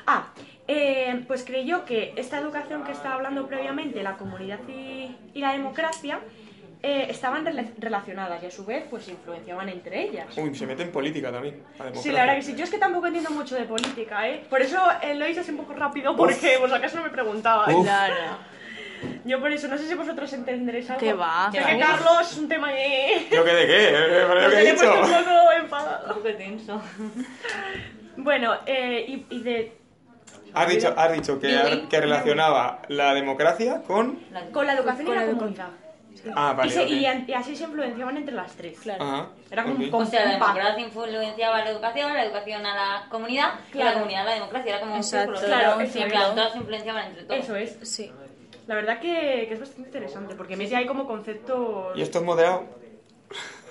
D: Ah, em, pues creyó que esta educación que estaba hablando previamente, la comunidad y, y la democracia, eh, estaban rela- relacionadas y a su vez pues influenciaban entre ellas.
C: Uy, se mete en política también. la
D: Sí,
C: democracia.
D: la verdad que sí. Yo es que tampoco entiendo mucho de política, ¿eh? Por eso eh, lo hice así un poco rápido, porque vos acaso no me preguntabais.
C: Uf.
B: Claro.
D: Yo por eso, no sé si vosotros entenderéis algo.
B: ¿Qué va?
D: Sé
A: ¿Qué
D: que
A: va?
D: Carlos es un tema que...
C: ¿Yo qué de qué? Eh, pero yo
D: Os
C: qué he
D: he puesto un
C: dicho.
D: poco enfadado.
A: Un poco tenso.
D: Bueno, eh, y, y de...
C: Has dicho, has dicho que,
D: Dewey.
C: que relacionaba la democracia con.
A: La-
D: Con la educación
B: Con
D: y
B: la
D: la
B: educa-
D: comunidad.
C: Ah, vale.
D: y, se- y
C: ok.
D: an- y así se influenciaban entre las tres.
B: Claro.
C: Ajá,
D: Era como un
C: ok.
D: poco-
A: O sea, la
D: Un pacto.
A: democracia influenciaba a la educación, la educación a la comunidad y la
D: Claro.
A: comunidad a la democracia. Era como un
B: Exacto.
A: círculo.
D: Claro,
A: era un
D: eso
A: círculo,
B: es.
A: todas se influenciaban entre todos.
D: Eso es.
B: Sí.
D: La verdad que, que es bastante interesante, porque me hay como conceptos...
C: Y esto es moderado.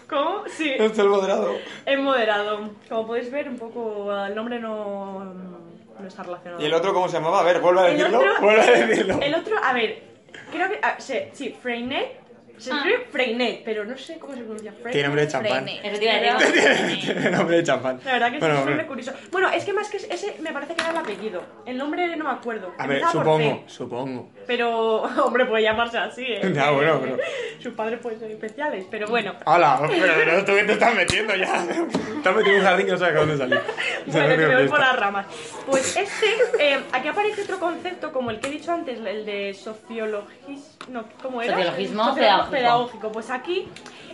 D: ¿Cómo? Sí.
C: Esto es moderado.
D: Es moderado. Como podéis ver, un poco eh, el nombre no, no está relacionado.
C: ¿Y el otro cómo se llamaba? A ver, vuelve a
D: El
C: decirlo.
D: otro-
C: Vuelve a decirlo.
D: El otro, a ver, creo que. ah, se- sí, Freinet. Se
A: Ah.
D: escribe Freinet, pero no sé cómo se pronuncia
C: Tiene
D: Freinet.
C: nombre de champán.
B: Freine.
A: Eso te iba a decir.
C: Tiene nombre de champán.
D: La verdad que
C: Bueno, eh.
D: es un nombre
C: hombre.
D: curioso. Bueno, es que más que ese me parece que era el apellido. El nombre no me acuerdo.
C: A ver,
D: Empezaba por
C: supongo,
D: F.
C: supongo.
D: Pero, hombre, puede llamarse así, ¿eh?
C: Ya, bueno, pero-
D: Sus padres pueden ser especiales, pero bueno.
C: Hola, pero, pero tú qué te estás metiendo ya. Te has metido en un jardín que no sabes a dónde salir. O sea, no
D: Bueno, que me voy
C: creo
D: por
C: que
D: las
C: esto.
D: ramas. Pues este, eh, aquí aparece otro concepto como el que he dicho antes, el de sociologismo. No, ¿cómo era?
A: Sociologismo pedagógico.
D: pedagógico. Pues aquí,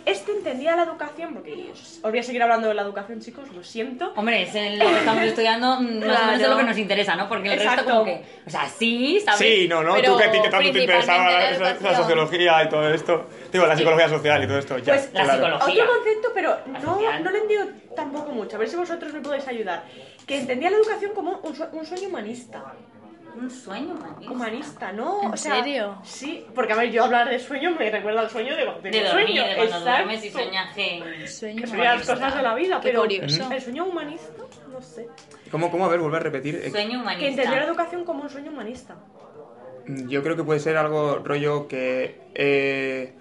D: este entendía la educación, porque os voy a seguir hablando de la educación, chicos, lo siento.
A: Hombre, es el- lo que estamos estudiando mm, más o menos es
B: Claro.
A: lo que nos interesa, ¿no? Porque el resto
D: Exacto.
A: como que... O sea, sí, ¿sabes?
C: Sí, no, no, tú
B: Pero
C: que a ti que tanto te interesaba la,
B: principalmente la
C: la- la
B: educación.
C: sociología y todo esto. Digo, la psicología social y todo esto. Ya,
D: Pues,
A: la psicología.
D: Otro concepto, pero no,
A: Social.
D: no lo entiendo tampoco mucho. A ver si vosotros me podéis ayudar. Que entendía la educación como un, sue- un sueño humanista.
A: Un sueño humanista.
D: Humanista, ¿no?
B: ¿En
D: o sea,
B: serio?
D: Sí, porque a ver, yo hablar de sueño me recuerda al sueño de cuando tenía
A: De dormir,
D: sueño.
A: de cuando duermes y
D: Exacto.
A: sueñas que...
B: Sueño
D: Que son las cosas de la vida,
B: Qué
D: pero
B: curioso.
D: el sueño humanista, no sé.
C: ¿Cómo, cómo? A ver, vuelve a repetir. Eh,
A: Sueño
D: Que entendió la
A: humanista.
D: educación como un sueño humanista.
C: Mm, Yo creo que puede ser algo rollo que, eh,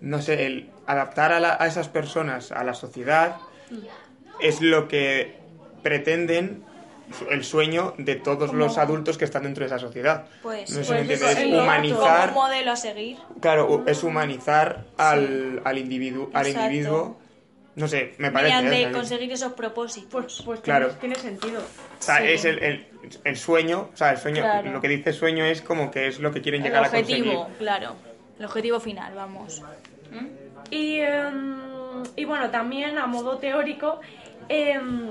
C: no sé, el adaptar a, la- a esas personas a la sociedad
B: Mm.
C: es lo que pretenden su- el sueño de todos los adultos que están dentro de esa sociedad.
B: Pues,
C: no sé si
B: pues
C: me entiendes,
D: sí,
C: es
D: como
C: humanizar,
B: Como un modelo a seguir.
C: claro, u- es humanizar al, al individuo, al
B: Exacto.
C: individuo. No sé, me parece. ¿eh?
B: Mediante
C: O sea,
B: conseguir esos propósitos.
D: Pues, pues
C: Claro.
D: tiene, tiene sentido.
C: o sea,
B: sí.
C: es el, el- el sueño, o sea, el sueño,
B: Claro.
C: lo que dice sueño es como que es lo que quieren
B: el
C: llegar a
B: objetivo,
C: conseguir.
B: claro. El objetivo final, vamos.
D: Y, em, y bueno, también a modo teórico, em,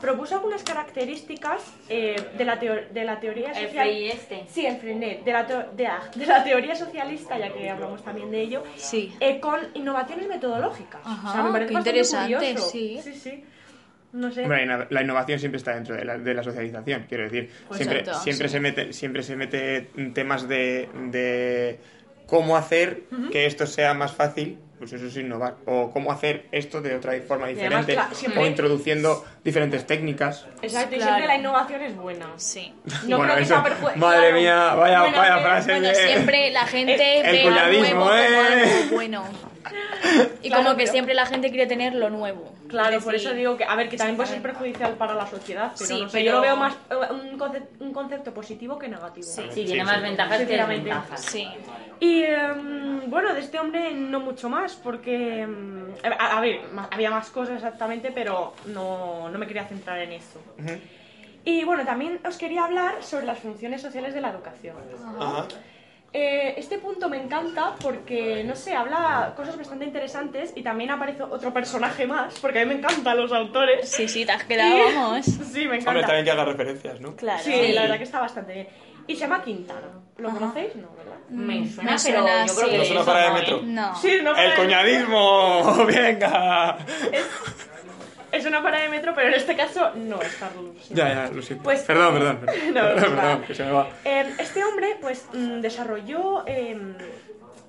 D: propuso algunas características eh, de, la teo- de la teoría
A: El
D: social.
A: free este.
D: Sí, el Freinet, de la, teo- de, la- de la teoría socialista, ya que hablamos también de ello,
B: Sí.
D: eh, con innovaciones metodológicas.
B: Ajá,
D: o sea, me parece
B: qué
D: bastante
B: interesante,
D: curioso.
B: sí.
D: Sí, sí. No sé.
C: Hombre, la inno- la innovación siempre está dentro de la, de la socialización, quiero decir.
B: Pues
C: siempre
B: exacto,
C: siempre,
B: sí.
C: se mete, siempre se mete temas de, de cómo hacer que esto sea más fácil, pues eso es innovar. O cómo hacer esto de otra forma
D: además,
C: diferente.
D: cla- siempre-
C: O introduciendo diferentes técnicas.
D: Exacto, y
B: Claro.
D: siempre la innovación es buena.
B: Sí.
D: No
C: Bueno,
D: creo que
C: eso-
D: sea perjudicial.
C: madre mía, vaya- vaya
D: pero-
C: frase.
B: Bueno,
C: Eh,
B: siempre la gente
C: el
B: ve algo
C: cuñadismo,
B: nuevo
C: ¿eh?
B: como algo bueno. Y
D: Claro,
B: como que
D: pero-
B: siempre la gente quiere tener lo nuevo.
D: Claro,
B: Es
D: por
B: decir,
D: eso digo que, a ver, que también puede ser perjudicial para la sociedad, pero,
B: Sí,
D: no sé,
B: pero-
D: yo lo veo más eh, un, conce- un concepto positivo que negativo.
A: Sí, tiene
C: Sí,
A: más
C: sí.
A: ventajas que
D: Sinceramente.
A: desventajas.
B: Sí.
D: Y em, bueno, de este hombre no mucho más, porque, em, a, a ver, ma- había más cosas exactamente, pero no, no me quería centrar en eso.
C: Ujú.
D: Y bueno, también os quería hablar sobre las funciones sociales de la educación.
B: Ah.
C: Ajá.
D: Eh, este punto me encanta porque, no sé, habla cosas bastante interesantes y también aparece otro personaje más, porque a mí me encantan los autores.
B: Sí, sí, te has quedado,
D: Y-
B: vamos.
D: Sí, me
C: Hombre,
D: encanta.
C: también que haga referencias, ¿no?
B: Claro.
D: Sí, la verdad que está bastante bien. Y se llama Quintana. ¿Lo
B: Ajá.
D: conocéis? No, ¿verdad?
A: Me suena,
B: Me suena,
A: pero yo creo
B: sí.
A: que
B: No
A: de
C: suena
A: eso
C: para de
A: no,
C: metro.
A: ¿eh?
B: No.
D: Sí, no
C: ¡El
D: pero-
C: coñadismo! ¡Venga!
D: es una parada de metro, pero en este caso no es Carlos.
C: Ya, ya, lo siento.
D: Pues-
C: perdón, perdón. perdón,
D: No, no,
C: perdón,
D: nada.
C: que se me va.
D: Eh, este hombre, pues, mm, desarrolló, em,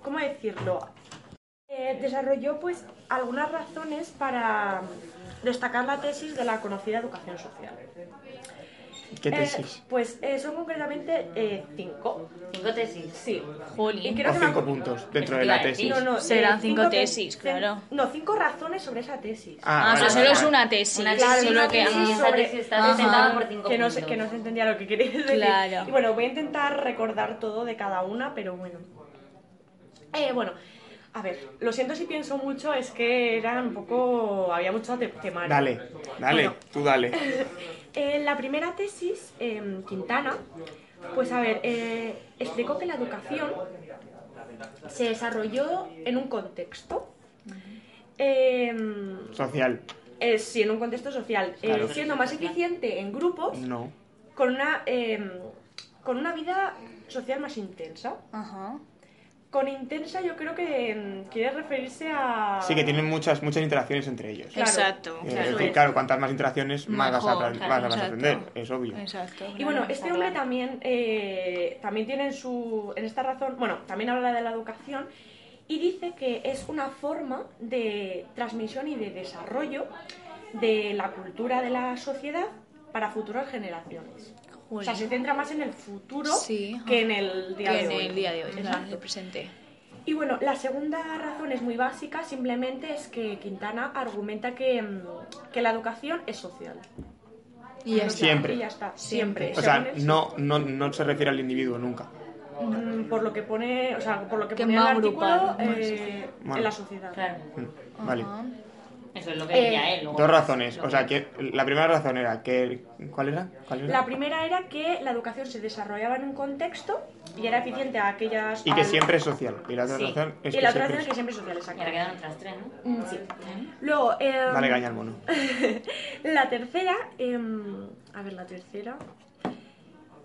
D: ¿cómo decirlo? Eh, desarrolló, pues, algunas razones para destacar la tesis de la conocida educación social.
C: ¿Qué
D: Eh,
C: tesis?
D: pues eh, son concretamente eh, cinco.
A: Cinco tesis.
D: Sí. Y
B: Jolín.
D: creo
C: o
D: que me-
C: Ah, cinco puntos dentro de
A: Iba a
C: la
A: decir.
C: tesis.
D: No, no,
B: Serán
D: eh,
B: cinco
D: te-
B: tesis,
D: cen-
B: claro.
D: No, cinco razones sobre esa tesis.
B: Ah, o sea,
C: vale,
B: solo
C: vale,
B: es
C: vale.
B: una tesis.
A: Una
D: Claro,
A: tesis
D: una
A: solo que
D: tesis
A: y esa
D: sobre-
A: tesis está presentada
B: Ajá.
A: por cinco
D: que no, se,
A: puntos.
D: que no se entendía lo que quería decir.
B: Claro.
D: Y bueno, voy a intentar recordar todo de cada una, pero bueno. Eh, bueno, a ver, lo siento si pienso mucho, es que era un poco. había mucho te- temario.
C: Dale, dale,
D: Bueno.
C: tú dale.
D: Eh, la primera tesis, em, Quintana, pues a ver, eh, explicó que la educación se desarrolló en un contexto. em,
C: Social.
D: eh, sí, en un contexto social, eh,
C: Claro.
D: siendo más eficiente en grupos
C: No.
D: con una, em, con una vida social más intensa.
B: Ajá.
D: Con intensa yo creo que em, quiere referirse a...
C: Sí, que tienen muchas, muchas interacciones entre ellos.
D: Claro.
B: Exacto.
C: Eh,
D: claro.
C: es decir, claro, cuantas más interacciones, más vas a,
B: Mejor,
C: apren-
A: claro,
C: más vas a
B: exacto.
C: aprender, es obvio.
B: Exacto.
D: Y bueno, este hombre también, eh, también tiene en, su, en esta razón, bueno, también habla de la educación y dice que es una forma de transmisión y de desarrollo de la cultura de la sociedad para futuras generaciones. O sea, se centra más en el futuro
B: Sí,
D: que
B: ajá.
D: en el día
B: Que
D: de
B: en
D: hoy.
B: el día de hoy, claro, en
D: Exacto.
B: el presente.
D: Y bueno, la segunda razón es muy básica, simplemente es que Quintana argumenta que, mm, que la educación es social.
B: Y ya está.
C: Siempre.
D: Y ya está, siempre.
C: O sea,
D: Según él,
C: no, no, no se refiere al individuo nunca.
D: mm, Por lo que pone, o sea, por lo que,
B: Que
D: pone en el
B: va
D: artículo
B: agrupado, más.
D: eh,
C: Bueno.
D: en la sociedad.
A: Claro,
C: Mm, Vale.
B: Ajá.
A: eso es lo que
D: Eh,
A: decía él. luego- pues,
C: Dos razones.
A: lo
C: O sea,
A: que-
C: que la primera razón era que... ¿Cuál era? ¿Cuál era?
D: La primera era que la educación se desarrollaba en un contexto y era eficiente a aquellas...
C: Y que
D: al-
C: siempre es social. Y la otra
A: Sí.
C: razón es
D: Y
C: que
D: la
C: siempre
D: otra razón
C: es-
D: es que siempre es social,
A: Y ahora
D: exacto.
A: quedan otras tres, ¿no?
D: Mm, sí. Luego, em,
C: Dale caña al mono.
D: La tercera, em, a ver, la tercera.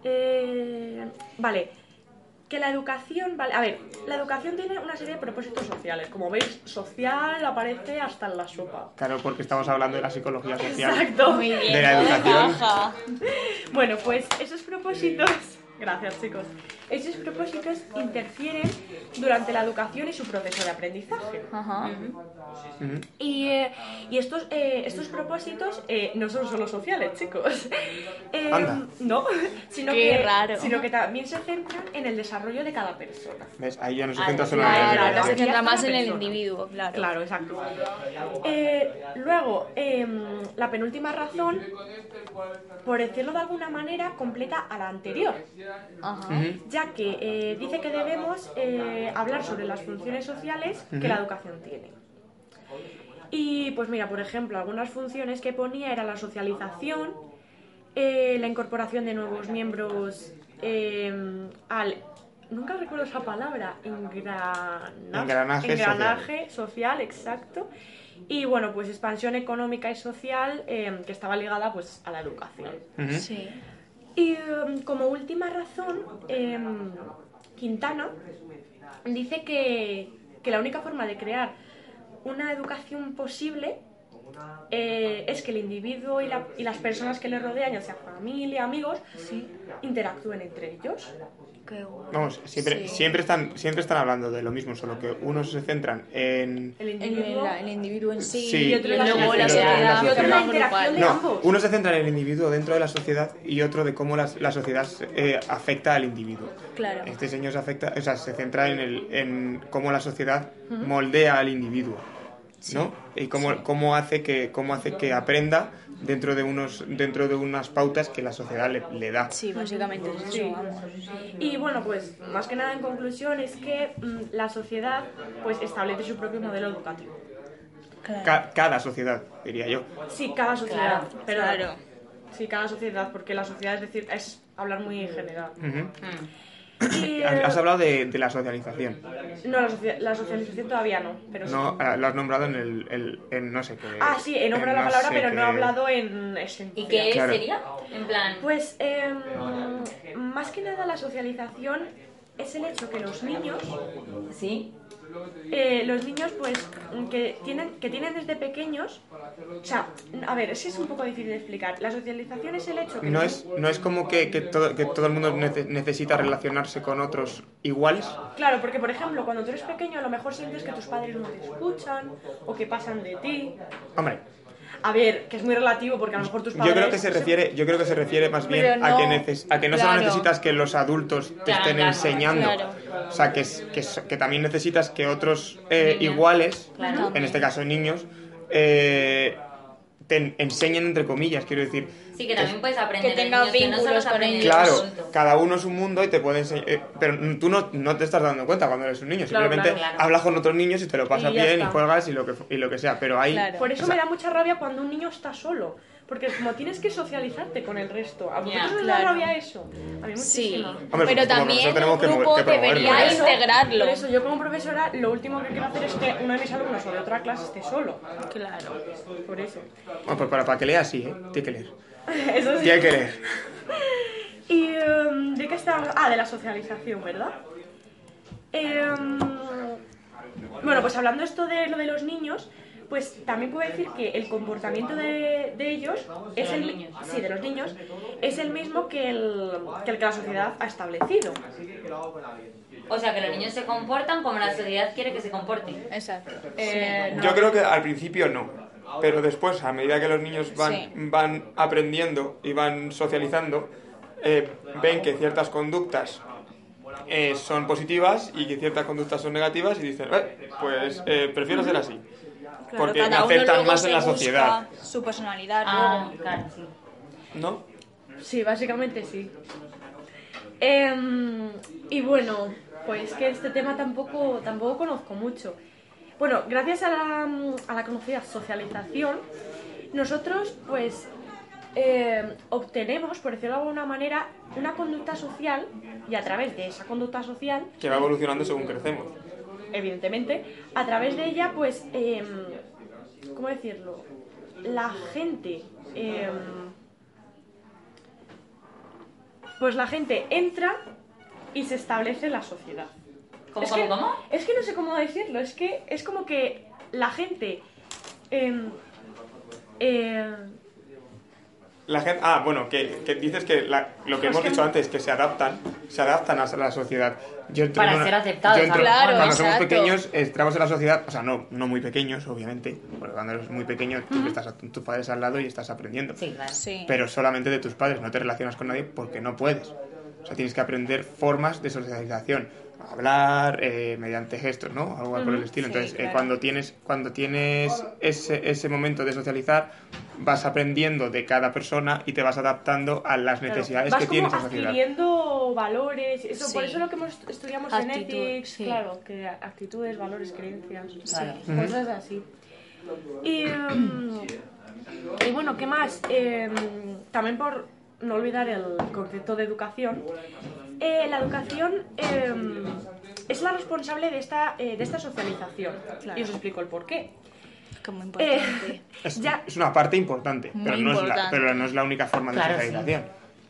D: Eh, vale, que la educación, vale, a ver, la educación tiene una serie de propósitos sociales. Como veis, social aparece hasta en la sopa.
C: Claro, porque estamos hablando de la psicología social.
D: Exacto.
B: Muy bien.
C: De la educación.
B: Ajá.
D: Bueno, pues esos propósitos, gracias chicos, esos propósitos interfieren durante la educación y su proceso de aprendizaje.
B: Ajá.
C: Ujú.
D: Y, eh, y estos, eh, estos propósitos eh, no son solo sociales, chicos. Eh,
C: Anda.
D: No, sino,
B: Qué
D: que,
B: raro.
D: sino que también se centran en el desarrollo de cada persona.
C: ¿Ves? Ahí ya no se
A: Ah,
C: centra solo en
A: claro,
C: el
B: Claro,
C: individuo.
B: ahora se
D: Claro.
B: centra más en el
D: Persona.
B: individuo, claro.
D: Claro, exacto. Eh, luego, em, la penúltima razón, por decirlo de alguna manera, completa a la anterior,
B: Ajá.
D: ya que eh, dice que debemos eh, hablar sobre las funciones sociales que la educación tiene. Y pues mira, por ejemplo, algunas funciones que ponía era la socialización, eh, la incorporación de nuevos miembros em, al... Nunca recuerdo esa palabra, engrana-
C: Engranaje
D: engranaje social. exacto. Y bueno, pues expansión económica y social em, que estaba ligada pues a la educación.
C: Ujú.
B: Sí.
D: Y em, como última razón, em, Quintana dice que, que la única forma de crear una educación posible eh, es que el individuo y, la- y las personas que le rodean, ya sea familia, amigos, interactúen entre ellos.
B: Qué guay.
C: Vamos, siempre,
B: Sí.
C: siempre, están, siempre están hablando de lo mismo, solo que unos se centran en...
D: El
B: El,
D: individuo
B: el individuo en sí,
C: Sí,
B: y,
C: y otro la
B: luego la
C: sociedad.
B: sociedad,
C: Y otro la
B: más
D: interacción
B: grupal.
D: de
C: No,
D: ambos.
C: uno se centra en el individuo dentro de la sociedad y otro de cómo las- la, sociedad eh, afecta al individuo.
B: Claro.
C: Este señor se, afecta, o sea, se centra en, el, en cómo la sociedad moldea al individuo. ¿no? Y cómo, cómo, hace que, cómo hace que aprenda dentro de, unos, dentro de unas pautas que la sociedad le, le da.
B: Sí, básicamente es eso, vamos.
D: Y bueno, pues más que nada en conclusión es que mm, la sociedad pues establece su propio modelo educativo.
C: Ca- cada sociedad, diría yo.
D: Sí, cada sociedad.
A: Claro,
D: pero
B: claro.
D: Sí, cada sociedad, porque la sociedad es decir, es hablar muy en general.
C: Ujú.
A: Mm.
D: Y,
C: Has
D: eh,
C: has hablado de, de la socialización.
D: No, la, socia- la socialización todavía no, pero sí.
C: No, ah, lo has nombrado en el, el- en no sé qué.
D: Ah, sí, he nombrado
C: en
D: la
C: no
D: palabra,
C: sé
D: pero
C: qué.
D: no he hablado en esencia.
A: ¿Y qué
C: Claro.
A: sería? En plan,
D: Pues, em, más que nada la socialización es el hecho que los niños
A: Sí,
D: eh, los niños, pues, que tienen, que tienen desde pequeños. O sea, a ver, es que es un poco difícil de explicar. La socialización es el hecho que.
C: No
D: los-
C: es, no es como que, que todo, que todo el mundo nece- necesita relacionarse con otros iguales.
D: Claro, porque por ejemplo, cuando tú eres pequeño, a lo mejor sientes que tus padres no te escuchan o que pasan de ti.
C: Hombre,
D: A ver, que es muy relativo porque a lo mejor tus padres.
C: yo creo que se refiere, yo creo que se refiere más bien
B: Pero
C: a que
B: no,
C: neces- a que no
B: claro.
C: solo necesitas que los adultos te
A: Claro,
C: estén
A: claro,
C: enseñando.
B: claro.
C: O sea, que, es- que, es- que también necesitas que otros eh, iguales,
A: Claro.
C: en este caso niños, eh, te en- enseñen entre comillas, quiero decir.
A: sí que también puedes aprender.
B: Que
A: de
B: tenga
A: niños, que no solo
B: vínculos
A: se
B: con
A: aprende de
B: ellos.
C: Claro,
A: adulto.
C: cada uno es un mundo y te puede enseñar. eh, pero n- tú no, no te estás dando cuenta cuando eres un niño.
D: Claro,
C: Simplemente
A: claro, claro.
C: hablas con otros niños y te lo pasas
D: Y ya
C: bien
D: está.
C: y juegas y lo que, fu- y lo que sea. Pero ahí.
B: Claro.
D: Por eso me da mucha rabia cuando un niño está solo. Porque como tienes que socializarte con el resto. A vosotros
A: Ya,
D: os da
B: claro.
D: rabia eso. A mí
B: Sí,
D: muchísimo.
C: Hombre,
B: pero
C: pues como
B: también
C: profesor tenemos
B: el
C: que mover-
B: grupo
C: que promoverlo,
B: debería
C: ¿eh?
B: integrarlo.
D: Por eso yo como profesora lo último que quiero hacer es que uno de mis alumnos o de otra clase esté solo.
B: Claro.
D: Por eso.
C: Bueno, pues para, para que leas, sí, ¿eh? Tiene que leer.
D: Eso sí.
C: Tiene que leer.
D: ¿Y em, de qué estábamos? Ah, de la socialización, ¿verdad? Em, bueno, pues hablando esto de lo de los niños, pues también puedo decir que el comportamiento de, de ellos es el mi- sí, de los niños es el mismo que el, que el que la sociedad ha establecido.
A: O sea, que los niños se comportan como la sociedad quiere que se comporten.
B: Exacto.
D: Eh, no.
C: Yo creo que al principio no, pero después, a medida que los niños van,
B: Sí.
C: van aprendiendo y van socializando, eh, ven que ciertas conductas eh, son positivas y que ciertas conductas son negativas y dicen, "Eh, pues eh, prefiero ser así, porque me
B: cada uno
C: aceptan
B: luego
C: más
B: se
C: en la
B: busca
C: sociedad,
B: Su personalidad.
A: Ah,
B: luego.
A: claro, sí.
C: ¿no?
D: Sí, básicamente sí. Em, y bueno, pues que este tema tampoco, tampoco conozco mucho. Bueno, gracias a la, mm, a la conocida socialización, nosotros pues em, obtenemos, por decirlo de alguna manera, una conducta social y a través de esa conducta social
C: Que va evolucionando según crecemos.
D: evidentemente, a través de ella, pues, em, ¿cómo decirlo? La gente, em, pues la gente entra y se establece la sociedad.
A: ¿Cómo,
D: es
A: cómo,
D: que,
A: cómo?
D: Es que no sé cómo decirlo, es que es como que la gente... em, em,
C: La gente, ah, bueno, que, que dices que la- lo que
D: Es
C: hemos
D: que-
C: dicho antes, que se adaptan, se adaptan a la sociedad. Yo entro
A: Para
C: en una-
A: ser aceptados,
C: yo entro-
B: claro,
C: Cuando somos
B: exacto.
C: pequeños, entramos en la sociedad, o sea, no, no muy pequeños, obviamente, porque cuando eres muy pequeño, tú estás a tu- tus padres al lado y estás aprendiendo.
A: Sí, claro.
B: Sí.
C: Pero solamente de tus padres, no te relacionas con nadie porque no puedes. O sea, tienes que aprender formas de socialización, hablar eh, mediante gestos, ¿no? Algo por el estilo.
B: sí,
C: Entonces, eh,
B: claro.
C: cuando tienes, cuando tienes ese, ese momento de socializar, vas aprendiendo de cada persona y te vas adaptando a las
D: Claro,
C: necesidades
D: vas
C: que tiene
D: como
C: esa sociedad.
D: adquiriendo valores, eso, por
B: Sí.
D: eso lo que hemos- estudiamos
B: Actitud,
D: en ethics,
B: sí.
D: claro, que actitudes, valores, creencias,
A: Claro.
D: sí, cosas así. Y, em, y bueno, ¿qué más? Em, también por no olvidar el concepto de educación, eh, la educación em, es la responsable de esta, eh, de esta socialización.
B: Claro.
D: Y os explico el porqué.
B: Como
D: Eh,
B: importante.
C: Es,
D: ya,
C: es una parte importante,
B: Muy
C: pero no, Es la,
B: importante.
C: pero no es la única forma de
A: Claro, sí.
C: socialización.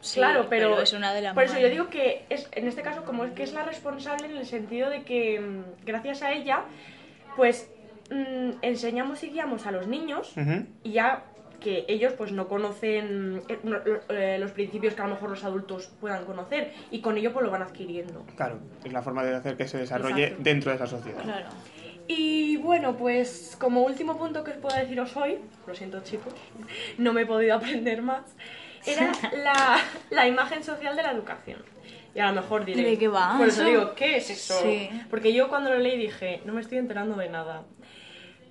B: Sí,
D: claro, pero,
B: es una de las
D: Por eso yo
B: malas.
D: digo que es, en este caso como es que es la responsable en el sentido de que mm, gracias a ella pues mm, enseñamos y guiamos a los niños
C: Ujú.
D: y ya que ellos pues no conocen eh, no- lo- eh, los principios que a lo mejor los adultos puedan conocer y con ello pues lo van adquiriendo.
C: Claro, es la forma de hacer que se desarrolle
D: Exacto.
C: dentro de esa sociedad.
B: Claro.
D: Y bueno, pues como último punto que os puedo deciros hoy, lo siento chicos, no me he podido aprender más, era la, la imagen social de la educación. Y a lo mejor diré...
B: ¿Y de qué va
D: Por eso
B: eso?
D: digo, ¿qué es eso?
B: Sí.
D: Porque yo cuando lo leí dije, no me estoy enterando de nada.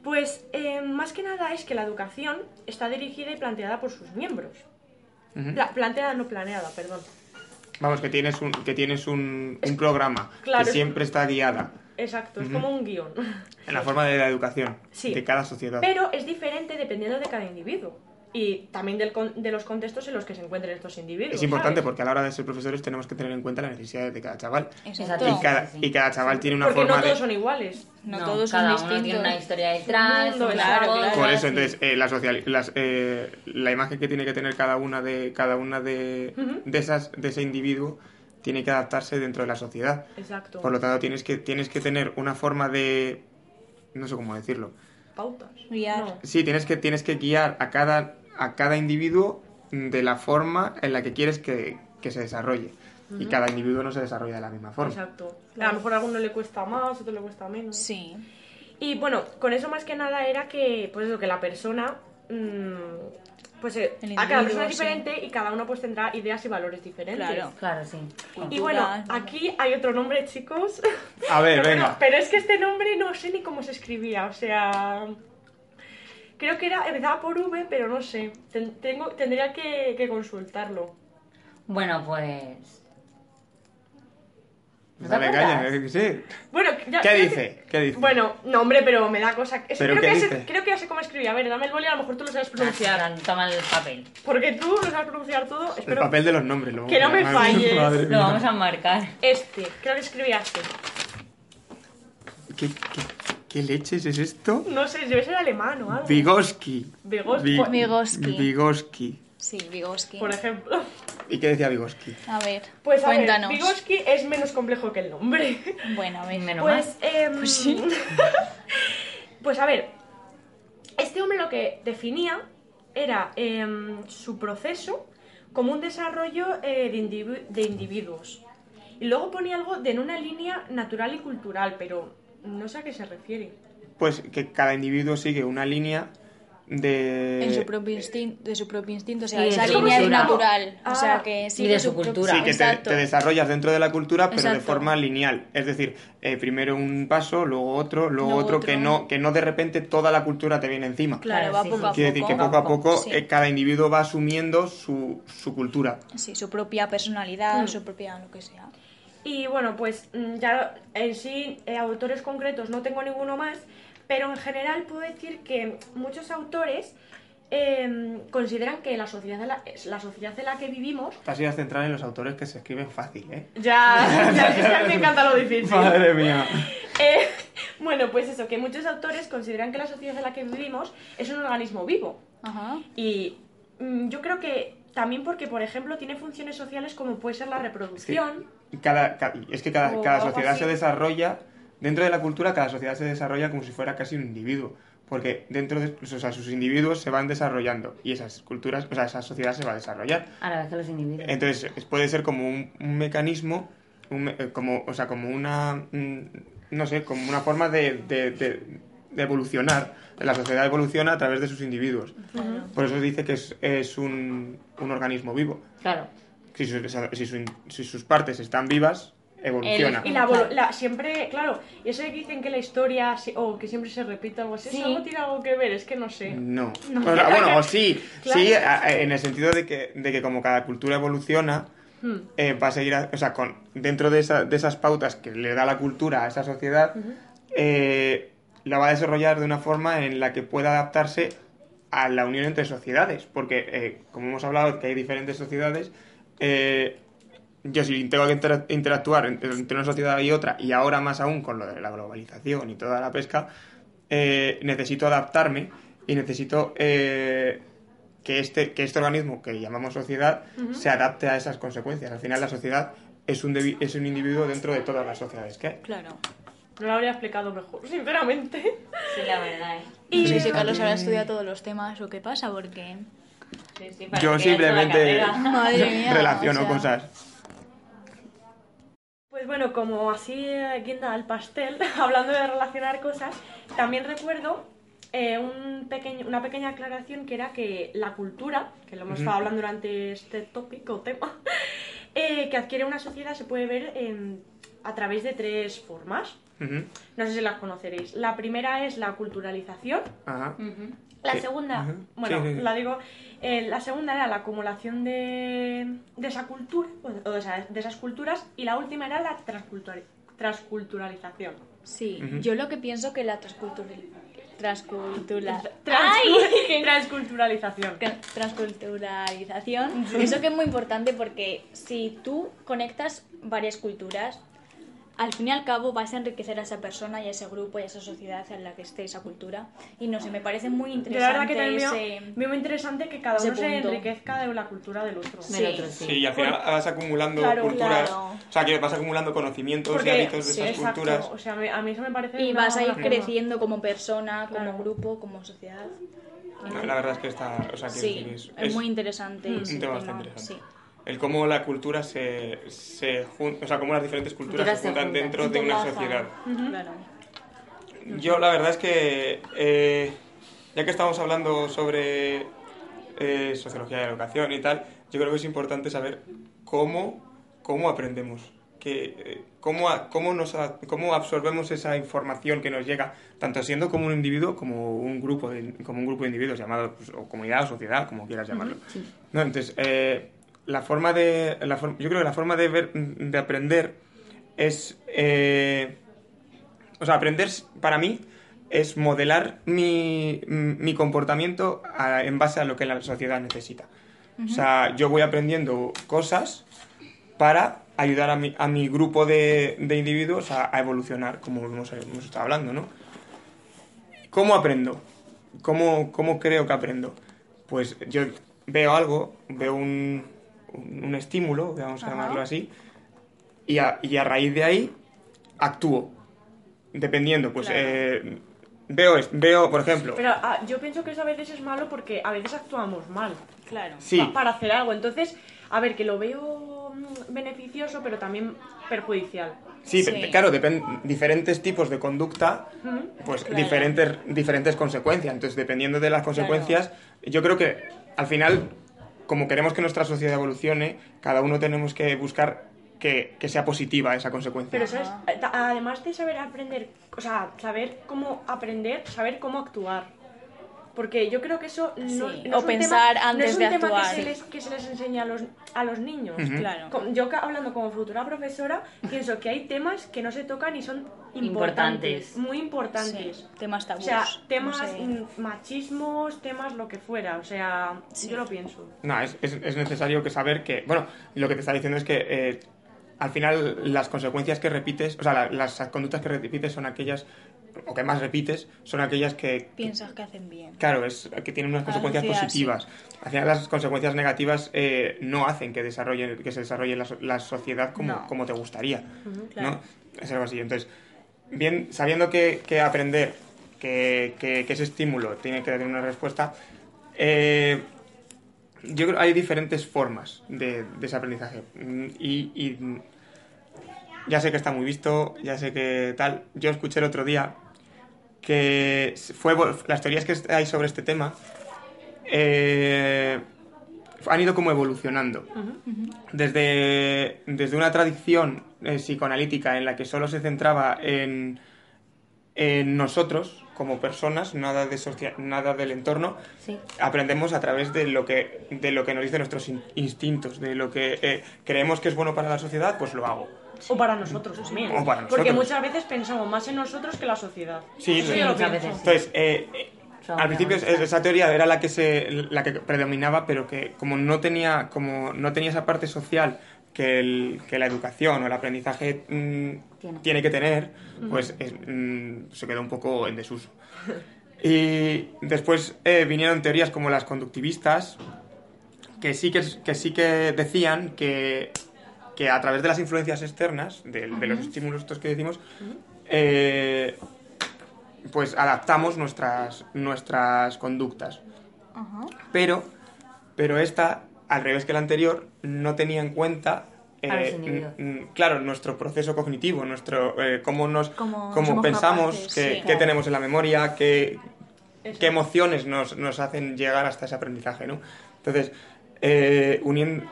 D: Pues eh, más que nada es que la educación está dirigida y planteada por sus miembros.
C: Ujú.
D: Pla- planteada, no planeada, perdón.
C: Vamos, que tienes un, que tienes un, un programa
D: claro,
C: que
D: es-
C: siempre está guiada
D: Exacto, es como un guión.
C: en la forma de la educación
D: Sí.
C: de cada sociedad.
D: Pero es diferente dependiendo de cada individuo y también del con- de los contextos en los que se encuentren estos individuos.
C: es importante
D: ¿sabes?
C: porque a la hora de ser profesores tenemos que tener en cuenta las necesidades de cada chaval.
A: Exacto.
C: Y
A: No.
C: cada, y cada chaval tiene una
D: porque
C: forma
D: no
C: de...
D: todos son iguales.
B: No, todos son
A: cada
B: distintos.
A: uno tiene una historia detrás,
D: mundo,
A: unas
D: claro,
A: cosas,
C: Por eso,
A: y-
C: entonces, eh, la, social- las, eh, la imagen que tiene que tener cada una de cada una de, de esas de ese individuo tiene que adaptarse dentro de la sociedad.
D: Exacto.
C: Por lo tanto, tienes que, tienes que tener una forma de... no sé cómo decirlo.
D: Pautas.
B: Guiar.
D: No.
C: Sí, tienes que, tienes que guiar a cada, a cada individuo de la forma en la que quieres que, que se desarrolle. Y cada individuo no se desarrolla de la misma forma.
D: Exacto. A lo
B: Claro.
D: mejor a alguno le cuesta más, a otro le cuesta menos.
B: Sí.
D: Y bueno, con eso más que nada era que, pues eso, que la persona, mm, pues eh,
B: El
D: a cada
B: individuo,
D: persona es
B: sí.
D: diferente y cada uno pues tendrá ideas y valores diferentes.
B: Claro.
A: Claro, sí.
D: Y bueno,
B: Cultura, ¿no?
D: aquí hay otro nombre, chicos.
C: A ver,
D: Pero bueno,
C: venga.
D: pero es que este nombre no sé ni cómo se escribía, o sea... Creo que era, empezaba por V, pero no sé. Ten- tengo, tendría que, que consultarlo.
A: Bueno, pues. ¿No te
C: Dale
A: acuerdas?
C: caña, eh, sí.
D: Bueno, ya-
C: ¿Qué
D: creo
C: dice?
D: que-
C: ¿Qué dice?
D: Bueno, no, hombre, pero me da cosa. es-
C: ¿Pero
D: creo,
C: qué
D: que ya
C: dice?
D: sé, creo que ya sé cómo escribir. A ver, dame el boli, a lo mejor tú lo sabes pronunciar.
A: Fran, Toma el papel.
D: Porque tú lo sabes pronunciar todo.
C: Ah. El
D: Espero.
C: papel de los nombres. luego.
D: que no me falles.
C: Madre
A: Lo
C: mía.
A: vamos a marcar.
D: Este, creo que escribí así.
C: ¿Qué, qué, qué leches es esto?
D: No sé, debe ser alemán o algo.
C: Vygotsky.
D: Vygotsky.
C: Vi-
B: Vygotsky.
C: Vygotsky.
B: Sí, Vygotsky.
D: Por ejemplo.
C: ¿Y qué decía Vygotsky?
B: A ver,
D: Pues a ver,
B: cuéntanos.
D: Vygotsky es menos complejo que el nombre.
B: Bueno, a ver.
A: Menos
D: Pues, em,
B: Pues sí.
D: pues a ver, este hombre lo que definía era em, su proceso como un desarrollo eh, de, individu- de individuos. Y luego ponía algo de en una línea natural y cultural, pero no sé a qué se refiere.
C: Pues que cada individuo sigue una línea de...
B: En su propio instinto, de su propio instinto, o sea,
A: Y de
B: esa
A: su
B: línea es
A: cultura.
B: natural,
D: Ah.
B: o sea que sí
A: Y de su cultura.
C: Sí, que te,
B: Exacto.
C: te desarrollas dentro de la cultura, pero de
B: Exacto.
C: forma lineal. Es decir, eh, primero un paso, luego otro, luego
B: Luego
C: otro,
B: otro.
C: Que, no, que no de repente toda la cultura te viene encima.
B: Claro, va
A: Claro, sí.
B: poco a
C: Quiere
B: poco.
C: decir que poco a poco
B: Sí.
C: eh, cada individuo va asumiendo su, su cultura.
B: Sí, su propia personalidad,
D: Mm.
B: su propia lo que sea.
D: Y bueno, pues mm, ya en sí, eh, autores concretos no tengo ninguno más, pero en general puedo decir que muchos autores em, consideran que la sociedad, en la, es la sociedad en la que vivimos.
C: Te has ido a centrar en los autores que se escriben fácil, ¿eh?
D: Ya, ya es que a mí me encanta lo difícil.
C: Madre mía.
D: Eh, bueno, pues eso, que muchos autores consideran que la sociedad en la que vivimos es un organismo vivo.
B: Ajá.
D: Y mm, yo creo que también porque, por ejemplo, tiene funciones sociales como puede ser la reproducción.
C: Y cada, ca- es que cada,
D: O
C: cada
D: algo
C: sociedad
D: así.
C: se desarrolla, dentro de la cultura, cada sociedad se desarrolla como si fuera casi un individuo. Porque dentro de o sea, sus individuos se van desarrollando y esas culturas, o sea, esa sociedad se va a desarrollar.
A: A la vez que los individuos.
C: Entonces, es- puede ser como un, un mecanismo, un me- eh, como, o sea, como una, mm, no sé, como una forma de, de- de- de evolucionar. La sociedad evoluciona a través de sus individuos. Por eso dice que es, es un, un organismo vivo.
A: Claro.
C: Si, su- si su- si sus partes están vivas, evoluciona.
A: El-
D: Y la, vol-
A: Claro.
D: la- siempre, claro, y eso de que dicen que la historia, si- o que siempre se repite algo así,
A: Sí. Mm.
D: ¿eso algo tiene algo que ver? Es que no sé.
C: No. O sea, bueno, o sí,
D: Claro.
C: sí, a- a- en el sentido de que, de que como cada cultura evoluciona,
D: Hmm.
C: eh, va a seguir, a- o sea, con, dentro de, esa- de esas pautas que le da la cultura a esa sociedad, eh, la va a desarrollar de una forma en la que pueda adaptarse a la unión entre sociedades, porque eh, como hemos hablado que hay diferentes sociedades, eh, yo si tengo que intera- interactuar en- entre una sociedad y otra, y ahora más aún con lo de la globalización y toda la pesca, eh, necesito adaptarme y necesito eh, que, este, que este organismo que llamamos sociedad se adapte a esas consecuencias. Al final la sociedad es un, debi- es un individuo dentro de todas las sociedades que hay.
B: Claro.
D: No lo habría explicado mejor, sinceramente.
A: Sí, la verdad, ¿eh?
B: No sé si Carlos habrá estudiado todos los temas o qué pasa, porque...
A: Sí, sí, para
C: Yo
A: que quede toda la
C: simplemente-
A: carrera.
B: Madre mía.
C: Relaciono
B: o sea,
C: cosas.
D: Pues bueno, como así eh, guinda al pastel, hablando de relacionar cosas, también recuerdo eh, un pequeño, una pequeña aclaración que era que la cultura, que lo hemos estado hablando durante este tópico o tema, eh, que adquiere una sociedad se puede ver en- a través de tres formas.
C: Ujú.
D: No sé si las conoceréis. La primera es la culturalización.
C: Ajá.
A: Ujú.
D: La
C: Sí.
D: segunda,
C: Ajá.
D: bueno,
C: Sí, sí, sí.
D: la digo, eh, la segunda era la acumulación de, de esa cultura, pues, o de, esa- de esas culturas, y la última era la transcultura- transculturalización.
B: Sí,
C: Ujú.
B: yo lo que pienso que la transcultural... Transcultural...
D: Transcu- Transculturalización.
B: Tra- transculturalización. Eso que es muy importante porque si tú conectas varias culturas, al fin y al cabo vais a enriquecer a esa persona y a ese grupo y a esa sociedad en la que esté esa cultura. Y no sé, me parece muy
D: Yo la
B: interesante
D: verdad que también
B: ese...
D: veo, veo muy interesante que cada
B: ese
D: uno se
B: punto.
D: enriquezca de la cultura del otro.
A: Del
B: Sí.
A: otro, sí.
C: Sí, y al final vas acumulando
D: Claro,
C: culturas,
B: Pues claro.
C: o sea, que vas acumulando conocimientos y hábitos de
D: sí,
C: esas
D: exacto,
C: culturas.
D: O sea, a mí- a mí eso me parece...
B: Y
D: una-
B: vas a ir
D: una forma.
B: creciendo como persona, como
D: Claro.
B: grupo, como sociedad.
C: No, la verdad es Ah, que está, o sea, quiero
B: Sí,
C: decir,
B: es, muy interesante. ese
C: un tema
B: tema,
C: bastante interesante.
B: sí.
C: El cómo la cultura se, se jun- o sea, cómo las diferentes culturas
A: Culturas
C: se
A: se
C: juntan
A: juntan.
C: dentro de una
B: Entrelazan.
C: sociedad.
B: Claro.
C: Yo la verdad es que, eh, ya que estamos hablando sobre eh, sociología de la educación y tal, yo creo que es importante saber cómo, cómo aprendemos, que, eh, cómo, a- cómo, nos a- cómo absorbemos esa información que nos llega, tanto siendo como un individuo como un grupo de, como un grupo de individuos llamado pues, o comunidad o sociedad, como quieras llamarlo. No, entonces, eh, la forma de, la for- yo creo que la forma de, ver, de aprender es... eh, o sea, aprender s- para mí es modelar mi, m- mi comportamiento a- en base a lo que la sociedad necesita. O sea, yo voy aprendiendo cosas para ayudar a mi, a mi grupo de, de individuos a, a evolucionar, como hemos, hemos estado hablando, ¿no? ¿Cómo aprendo? ¿Cómo, ¿Cómo creo que aprendo? Pues yo veo algo, veo un, un, un estímulo, vamos a llamarlo así, y a, y a raíz de ahí actúo. Dependiendo, pues
B: Claro.
C: eh, veo, es- veo, por ejemplo,
D: Pero ah, yo pienso que eso a veces es malo porque a veces actuamos mal.
B: Claro.
C: Sí.
D: pa- para hacer algo. Entonces, a ver, que lo veo mm, beneficioso, pero también perjudicial.
C: Sí,
B: Sí.
C: pe- claro, dependen diferentes tipos de conducta, pues
B: Claro.
C: diferentes, diferentes consecuencias. Entonces, dependiendo de las consecuencias, yo creo que al final, como queremos que nuestra sociedad evolucione, cada uno tenemos que buscar que, que sea positiva esa consecuencia.
D: Pero sabes, Eh, ta- además de saber aprender, o sea, saber cómo aprender, saber cómo actuar. Porque yo creo que eso no,
B: Sí,
D: no
B: o
D: es un
B: pensar
D: tema, no
B: antes
D: es un
B: de
D: tema
B: actuar.
D: que se les, que se les enseña a los, a los niños.
C: Ujú.
B: Claro.
D: Com- Yo ca- hablando como futura profesora, pienso que hay temas que no se tocan y son importantes,
A: Importantes.
D: muy importantes.
B: Sí, Temas
D: O
B: tabús.
D: sea, temas
B: no sé.
D: mm, machismos, temas lo que fuera, o sea, yo lo pienso.
C: No, es, es- es necesario que saber que, bueno, lo que te está diciendo es que eh, al final las consecuencias que repites, o sea, la- las conductas que repites son aquellas, o que más repites, son aquellas que,
B: Piensas que hacen bien.
C: Claro, es que tiene unas
B: Para la
C: consecuencias
B: sociedad,
C: positivas. Al final las consecuencias negativas eh, no hacen que desarrolle, que se desarrolle la, so- la sociedad como,
B: No.
C: como te gustaría.
B: claro.
C: ¿no? Es algo así. Entonces, bien, sabiendo que, que aprender, que, que- que ese estímulo tiene que tener una respuesta, eh, yo creo que hay diferentes formas de, de ese aprendizaje. Mm, Y, y, mm, ya sé que está muy visto, ya sé que tal. Yo escuché el otro día que fue evol- las teorías que hay sobre este tema eh, han ido como evolucionando. Desde, desde una tradición eh, psicoanalítica en la que solo se centraba en, en nosotros como personas, nada, de socia- nada del entorno,
A: Sí.
C: aprendemos a través de lo que de lo que nos dicen nuestros in- instintos de lo que eh, creemos que es bueno para la sociedad pues lo hago
D: O para nosotros también.
C: O para
D: Porque
C: nosotros.
D: muchas veces pensamos más en nosotros que la sociedad.
C: sí,
D: Eso
A: sí,
D: yo lo
A: muchas
D: pienso.
A: veces.
C: entonces eh, eh,
A: Son
C: al principio es-
A: protagonistas.
C: esa teoría era la que se la que predominaba pero que como no tenía como no tenía esa parte social que, el- que la educación o el aprendizaje mm,
A: Tiene.
C: tiene que tener pues es- mm, se quedó un poco en desuso y después eh, vinieron teorías como las conductivistas que sí que, que sí que decían que, que a través de las influencias externas, de, de los estímulos estos que decimos, eh, pues adaptamos nuestras, nuestras conductas. Pero, pero esta, al revés que la anterior, no tenía en cuenta...
A: A los
C: eh,
A: individuos.
C: n- n- claro, nuestro proceso cognitivo, nuestro eh, cómo nos
B: Cómo
C: cómo
B: somos
C: pensamos,
B: capaces,
C: qué,
B: sí.
C: qué
B: Claro.
C: tenemos en la memoria, qué,
D: Eso.
C: qué emociones nos, nos hacen llegar hasta ese aprendizaje, ¿no? Entonces, eh, unien-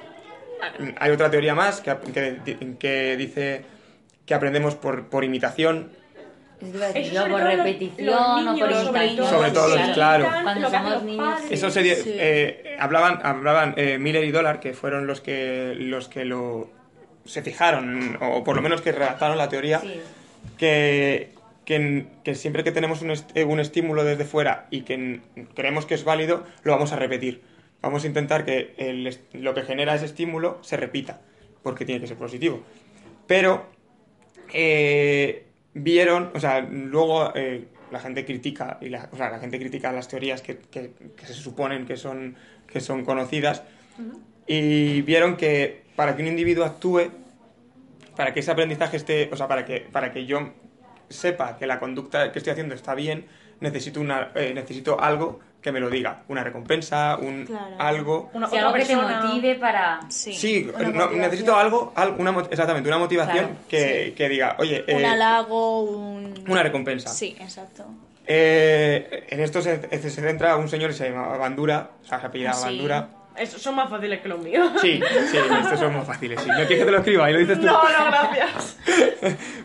C: hay otra teoría más que, que- que dice que aprendemos por, por imitación.
A: Eso te iba a decir
D: Eso
A: yo,
D: sobre
A: por
D: todo los-
A: repetición
D: los
A: o por
D: niños, sobre
A: imitación.
D: todo.
C: Sobre todo los-
A: Sí.
C: claro.
A: Cuando
D: Lo que hacen
A: somos
D: los
A: niños.
D: padres.
C: Eso sería,
B: Sí.
C: eh, hablaban, hablaban eh, Miller y Dollar, que fueron los que, los que lo se fijaron, o por lo menos que redactaron la teoría,
A: Sí.
C: que, que- que siempre que tenemos un, est- eh, un estímulo desde fuera y que n- creemos que es válido, lo vamos a repetir. Vamos a intentar que el est- lo que genera ese estímulo se repita, porque tiene que ser positivo. Pero eh, vieron, o sea, luego eh, la gente critica, y la, o sea, la gente critica las teorías que, que- que se suponen que son, que son conocidas, y vieron que para que un individuo actúe, para que ese aprendizaje esté, o sea, para que, para que yo sepa que la conducta que estoy haciendo está bien, necesito, una, eh, necesito algo que me lo diga, una recompensa, un
B: Claro.
C: algo.
D: Una,
A: Si
D: otra
A: algo que te
D: persona-
A: motive para...
B: Sí.
C: Sí,
B: Una
C: no,
B: motivación,
C: necesito algo, al- una, mot- exactamente, una motivación
A: Claro,
C: que, que diga, oye,
B: Un
C: eh,
B: halago, un...
C: una recompensa.
B: Sí, exacto.
C: Eh, en esto se, se centra un señor que se llama Bandura, o sea, se apellidaba
B: Ah, Sí.
C: Bandura.
D: Es- son más fáciles que los míos.
C: Sí, sí, estos son más fáciles. Sí. ¿No quieres que te lo escriba? Y lo dices tú.
D: No, no, gracias.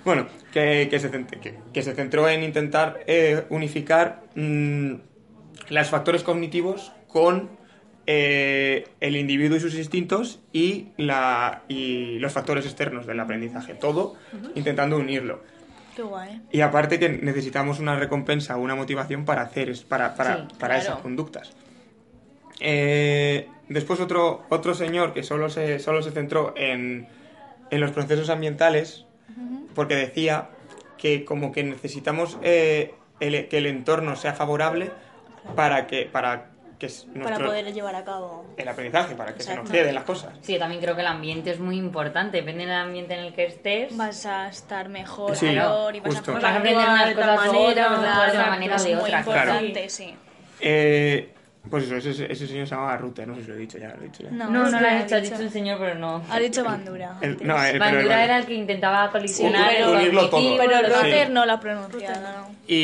C: Bueno, que, que se, cent- que- que se centró en intentar eh, unificar mm, los factores cognitivos con eh, el individuo y sus instintos y, la, y los factores externos del aprendizaje. Todo intentando unirlo.
B: Qué guay.
C: Y aparte que necesitamos una recompensa o una motivación para hacer, es- para, para,
A: Sí,
C: para
B: claro.
C: esas conductas. Eh, después otro, otro señor que solo se, solo se centró en, en los procesos ambientales, porque decía que como que necesitamos eh, el- que el entorno sea favorable para que, para que s-
B: Para
C: nuestro-
B: poder llevar a cabo.
C: el aprendizaje, para que se nos
B: Exacto.
C: queden las cosas.
A: Sí, yo también creo que el ambiente es muy importante. Depende del ambiente en el que estés.
B: Vas a estar mejor,
C: Sí,
B: mejor y vas
C: justo.
B: a
A: Vas a
B: jugar
A: aprender unas
D: de tal
A: cosas u otras, vas a actuar
D: manera,
A: de una
D: exacto,
A: manera o
B: es
A: de
B: muy
A: otra.
D: claro.
B: importante, sí.
C: Eh, pues eso, ese, ese señor se llamaba Rutter, no sé si lo he dicho ya. Lo he dicho ya.
A: No, no,
B: es
A: lo
B: que
A: has dicho, has dicho un señor, pero no.
B: Ha dicho Bandura.
C: El- no, eh, pero
A: Bandura
C: el-
A: era el que intentaba colisionar
B: Sí,
A: el
B: pero-
C: unirlo todo.
A: cognitivo,
B: Pero
A: lo
C: Sí.
B: Rotter no lo ha pronunciado.
C: Y,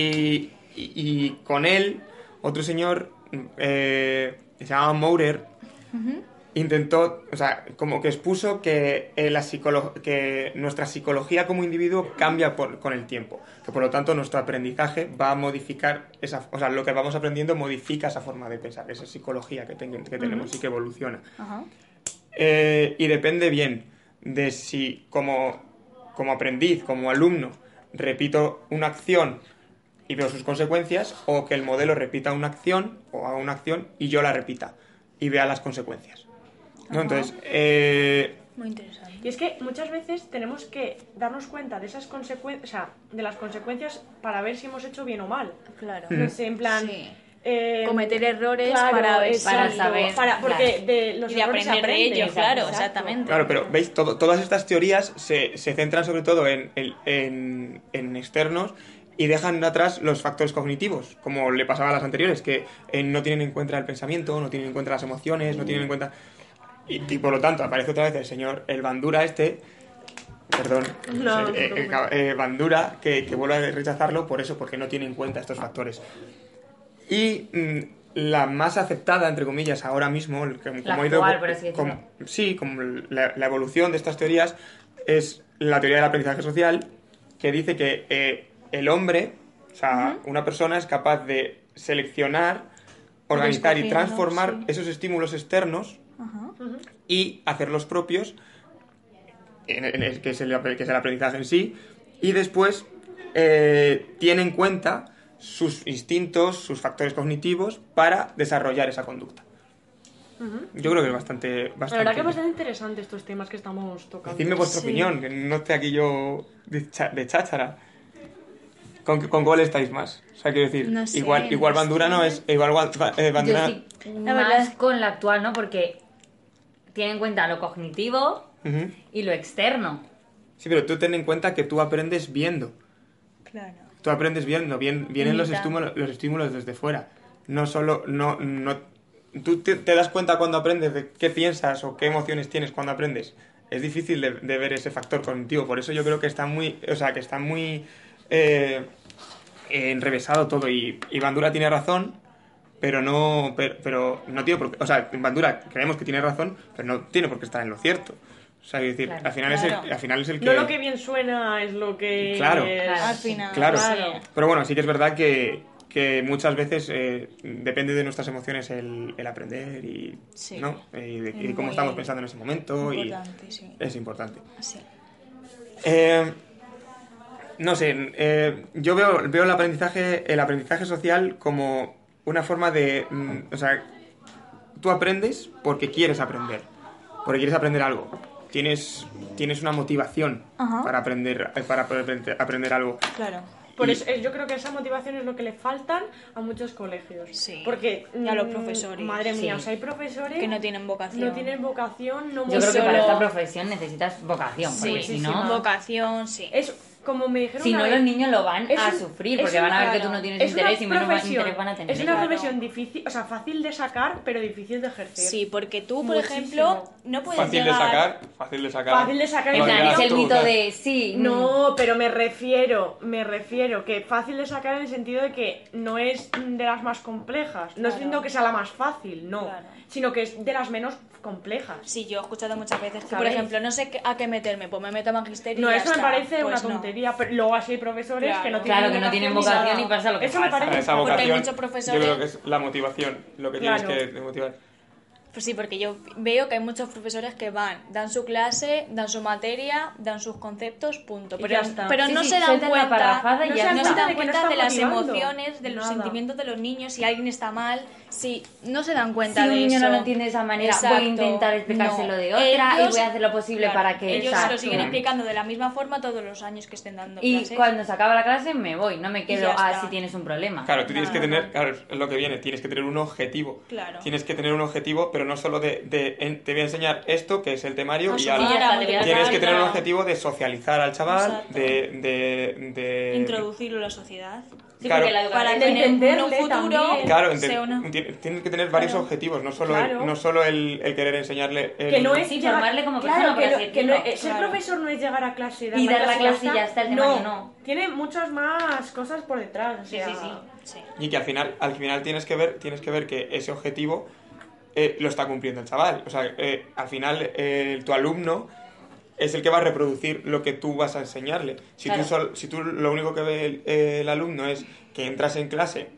C: y- y con él, otro señor mm, eh, que se llamaba Maurer intentó, o sea, como que expuso que, eh, la psicolo- que nuestra psicología como individuo cambia por- con el tiempo. Que por lo tanto nuestro aprendizaje va a modificar, esa, o sea, lo que vamos aprendiendo modifica esa forma de pensar, esa psicología que, ten- que tenemos y que evoluciona.
B: Ajá.
C: Eh, y depende bien de si como, como aprendiz, como alumno, repito una acción y veo sus consecuencias, o que el modelo repita una acción o haga una acción y yo la repita y vea las consecuencias. ¿No? Entonces, eh,
B: Muy interesante.
D: Y es que muchas veces tenemos que darnos cuenta de esas consecuencias, o sea, de las consecuencias para ver si hemos hecho bien o mal.
B: Claro.
C: Mm.
D: No sé, en plan.
B: Sí.
D: eh,
B: Cometer errores
D: claro,
B: para ver si-
A: para
D: exacto,
A: saber,
D: para- porque
A: claro.
D: de los
B: Y de
D: errores se
B: aprender de
D: aprende,
B: ellos, claro,
D: exacto.
B: exactamente.
C: Claro, pero veis, Todo- todas estas teorías se, se centran sobre todo en, el- en- en externos y dejan atrás los factores cognitivos, como le pasaba a las anteriores, que eh, no tienen en cuenta el pensamiento, no tienen en cuenta las emociones, no tienen en cuenta... Y, y por lo tanto, aparece otra vez el señor, el bandura este, perdón,
D: No,
C: eh, eh,
D: no te preocupes.
C: eh, bandura, que, que vuelve a rechazarlo por eso, porque no tiene en cuenta estos factores. Y mm, la más aceptada, entre comillas, ahora mismo, el que- como,
A: La
C: ha ido
A: actual,
C: evo-
A: por así decirlo.
C: como- sí, como la, la evolución de estas teorías es la teoría del aprendizaje social, que dice que eh, el hombre, o sea, una persona es capaz de seleccionar, organizar y
B: Escogiendo,
C: transformar
B: sí.
C: esos estímulos externos
B: Ajá.
C: y hacer los propios, en- en el que, es el, apre- que es el aprendizaje en sí, y después eh, tiene en cuenta sus instintos, sus factores cognitivos para desarrollar esa conducta. Yo creo que es bastante...
D: La
C: bastante
D: verdad que bastante interesante estos temas que estamos tocando.
C: Decidme vuestra
B: Sí.
C: opinión, que no esté aquí yo de, cha- de cháchara. ¿Con, ¿Con cuál estáis más? O sea, quiero decir,
B: No sé,
C: igual, igual
B: no
C: Bandura
B: sé.
C: no es... Igual Wan- Ba- eh,
A: Yo
C: Bandura...
A: sí,
B: La verdad
A: más
B: es-
A: con la actual, ¿no? Porque tiene en cuenta lo cognitivo
C: Ujú.
A: y lo externo.
C: Sí, pero tú ten en cuenta que tú aprendes viendo.
B: Claro.
C: Tú aprendes viendo, bien, vienen los
B: Imitando.
C: estímulos, los estímulos desde fuera. No solo, no, no, tú te, te das cuenta cuando aprendes de qué piensas o qué emociones tienes cuando aprendes. Es difícil de, de ver ese factor cognitivo, por eso yo creo que está muy, o sea, que está muy eh, eh, enrevesado todo y, y Bandura tiene razón, pero no, pero, pero no tiene por qué, o sea, Bandura creemos que tiene razón, pero no tiene por qué estar en lo cierto. O sea, quiero decir,
A: Claro,
C: al final es el,
B: claro.
C: al final es el que,
D: No lo que bien suena es lo que.
C: Claro.
D: es-
A: Claro.
B: Al final.
C: Claro.
B: sí.
C: Pero bueno, sí que es verdad que, que muchas veces eh, depende de nuestras emociones el, el aprender y,
B: Sí.
C: ¿no? Eh, y de, y
B: Es
C: cómo
B: muy
C: estamos pensando en ese momento. y Eh.
B: Importante, sí.
C: Es importante.
B: Sí.
C: Eh, no sé, eh, yo veo, veo el, aprendizaje, el aprendizaje social como una forma de... mm, o sea, tú aprendes porque quieres aprender, porque quieres aprender algo.
E: tienes, tienes una motivación
B: Ajá.
E: para aprender, para poder aprender algo.
B: Claro.
D: Por
E: Y-
D: eso, eh, yo creo que esa motivación es lo que le faltan a muchos colegios.
B: Sí.
D: Porque
B: Y a los
D: mm,
B: profesores.
D: Madre
A: Sí.
D: mía, o sea, hay profesores
B: Que no tienen vocación.
D: no tienen vocación, no
A: Yo creo que
D: solo-
A: para esta profesión necesitas vocación, porque
B: Sí,
A: si no,
D: muchísima.
B: vocación, sí.
D: Es como me dijeron
A: si
D: una
A: no
D: vez,
A: los niños lo van
D: es
A: a
D: un-
A: sufrir,
D: es
A: porque
D: un-
A: van a ver que
B: claro.
A: tú no tienes
D: es una
A: interés y menos va-
D: profesión,
A: interés van a tener.
D: es una
B: Claro.
D: profesión difícil, o sea, fácil de sacar, pero difícil de ejercer.
B: Sí, porque tú, por
D: Muchísimo.
B: ejemplo, no puedes
C: Fácil de
B: Pues llegar...
C: sacar, fácil de sacar.
D: Fácil de sacar,
A: En
D: Lo
A: plan,
D: dirás
A: es el
C: tú,
A: mito
C: tal.
A: de sí, mm,
D: No, pero me refiero, me refiero que fácil de sacar en el sentido de que no es mm, de las más complejas. No
B: Claro.
D: es diciendo que sea la más fácil, no,
B: Claro.
D: sino que es de las menos complejas.
B: Sí, yo he escuchado muchas veces que, por
D: ¿Sabéis?
B: ejemplo, no sé qué- a qué meterme, pues me meto a magisterio. y
D: No,
B: ya
D: eso me
B: está.
D: parece
B: Pues
D: una
B: no.
D: tontería, pero luego así hay profesores que no
B: Claro.
D: tienen
A: Claro, que no tienen
D: ni
A: vocación
D: nada.
A: y pasa lo que
D: Eso
A: pasa.
D: me
C: Para
D: parece
C: esa
D: fatal.
B: Porque hay
C: vocación,
B: muchos
C: yo
B: profesores-
C: creo que es la motivación, lo que tienes
D: Claro.
C: que te motivar.
B: Pues sí, porque yo veo que hay muchos profesores que van, dan su clase, dan su materia, dan su conceptos, punto.
D: Y
B: Pero,
D: ya está.
B: pero
A: Sí,
B: no
A: sí,
B: se dan
A: sueltan la
B: cuenta,
A: parrafada y
B: no
D: ya
B: se,
D: está.
B: no se
D: De que
B: dan
D: no
B: cuenta
D: están
B: de las
D: motivando.
B: emociones, de los
D: Nada.
B: sentimientos de los niños, si alguien está mal, si no se dan
A: Si
B: cuenta
A: un
B: de
A: niño
B: eso.
A: no lo entiende de esa manera, voy
B: Exacto.
A: a intentar explicárselo
B: No.
A: de otra y
B: Ellos-
A: voy a hacer lo posible
B: claro,
A: para que...
B: ellos
A: Exacto.
B: lo siguen explicando de la misma forma todos los años que estén dando
A: Y
B: clases.
A: cuando se acaba la clase me voy, no me quedo
B: ya
A: a
B: está.
A: si tienes un problema.
C: Claro, tú tienes que
B: Claro.
C: tener, claro, es lo que viene, tienes que tener un objetivo.
B: Claro.
C: Tienes que tener un objetivo, pero no solo de, de, en- te voy a enseñar esto, que es el temario, y
B: Asumir
A: ya
C: ahora.
A: está,
B: la
A: te voy a
B: motivación.
C: Tienes que tener un
A: Claro.
C: objetivo de socializar al chaval,
B: Exacto.
C: de, de, de...
B: Introducirlo a la sociedad.
A: Sí,
C: claro.
A: porque la educación
B: Para
A: es
B: que en el- en un
D: entenderle
B: futuro
D: también.
C: Claro, ente-
B: sea una...
C: ti- tienes que tener varios objetivos, no solo,
D: Claro.
C: el, no solo el, el querer enseñarle... el-
D: que no es
A: Sí,
D: llegar-
A: formarle como persona,
D: claro,
A: por
D: que no-
A: así
D: que no-
A: decirlo.
D: eh, ser
B: Claro.
D: profesor no es llegar a clase
A: Y dar la clase y ya está, el
D: no,
A: temario no.
D: tiene muchas más cosas por detrás o
A: Sí,
D: sea,
A: sí, sí.
B: Sí.
C: Y que al final, al final tienes que ver, tienes que ver que ese objetivo eh, lo está cumpliendo el chaval. O sea, eh, al final eh, tu alumno es el que va a reproducir lo que tú vas a enseñarle. Si,
A: Claro.
C: tú, sol- si tú lo único que ve el, el alumno es que entras en clase,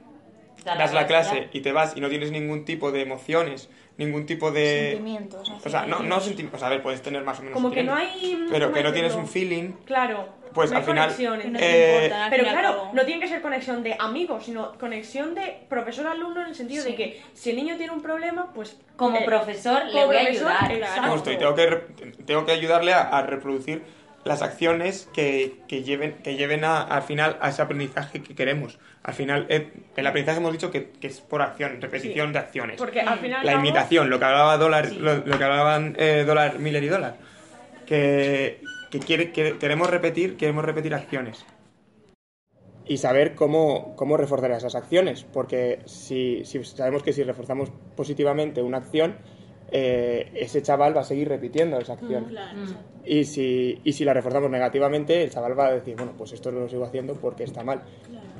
A: Dar
C: das la clase
A: ya.
C: y te vas y no tienes ningún tipo de emociones, ningún tipo de...
B: Sentimientos.
C: O sea, no, no
B: sentimientos.
C: sentimientos. O sea, a ver, puedes tener más o menos...
D: como que no
C: sentimientos,
D: hay
C: Pero
D: ¿cómo
C: que no tienes
D: decirlo?
C: un feeling...
D: claro
C: Pues
D: no hay
C: al final,
D: conexión
B: Que no
D: entre-
B: te
C: Eh,
B: importan, al
D: Pero
B: fin y al
D: claro,
B: cabo.
D: no tiene que ser conexión de amigos, sino conexión de profesor-alumno en el sentido de que si el niño tiene un problema, pues...
A: Como
D: eh,
A: profesor le
D: como
A: voy a
D: profesor,
A: ayudar.
D: exacto.
C: Justo, y tengo que, re- tengo que ayudarle a, a reproducir las acciones que, que lleven, que lleven a- al final a ese aprendizaje que queremos. Al final, eh, el aprendizaje hemos dicho que, que es por acción, repetición de acciones.
D: Porque al final...
C: La imitación, lo que hablaba dólar, lo, lo que hablaban eh, dólar, Miller y dólar. Que, que quiere- que- queremos repetir, queremos repetir acciones. Y saber cómo, cómo reforzar esas acciones, porque si, si sabemos que si reforzamos positivamente una acción, eh, ese chaval va a seguir repitiendo esa acción.
A: Mm.
C: Y si, y si la reforzamos negativamente, el chaval va a decir, bueno, pues esto lo sigo haciendo porque está mal.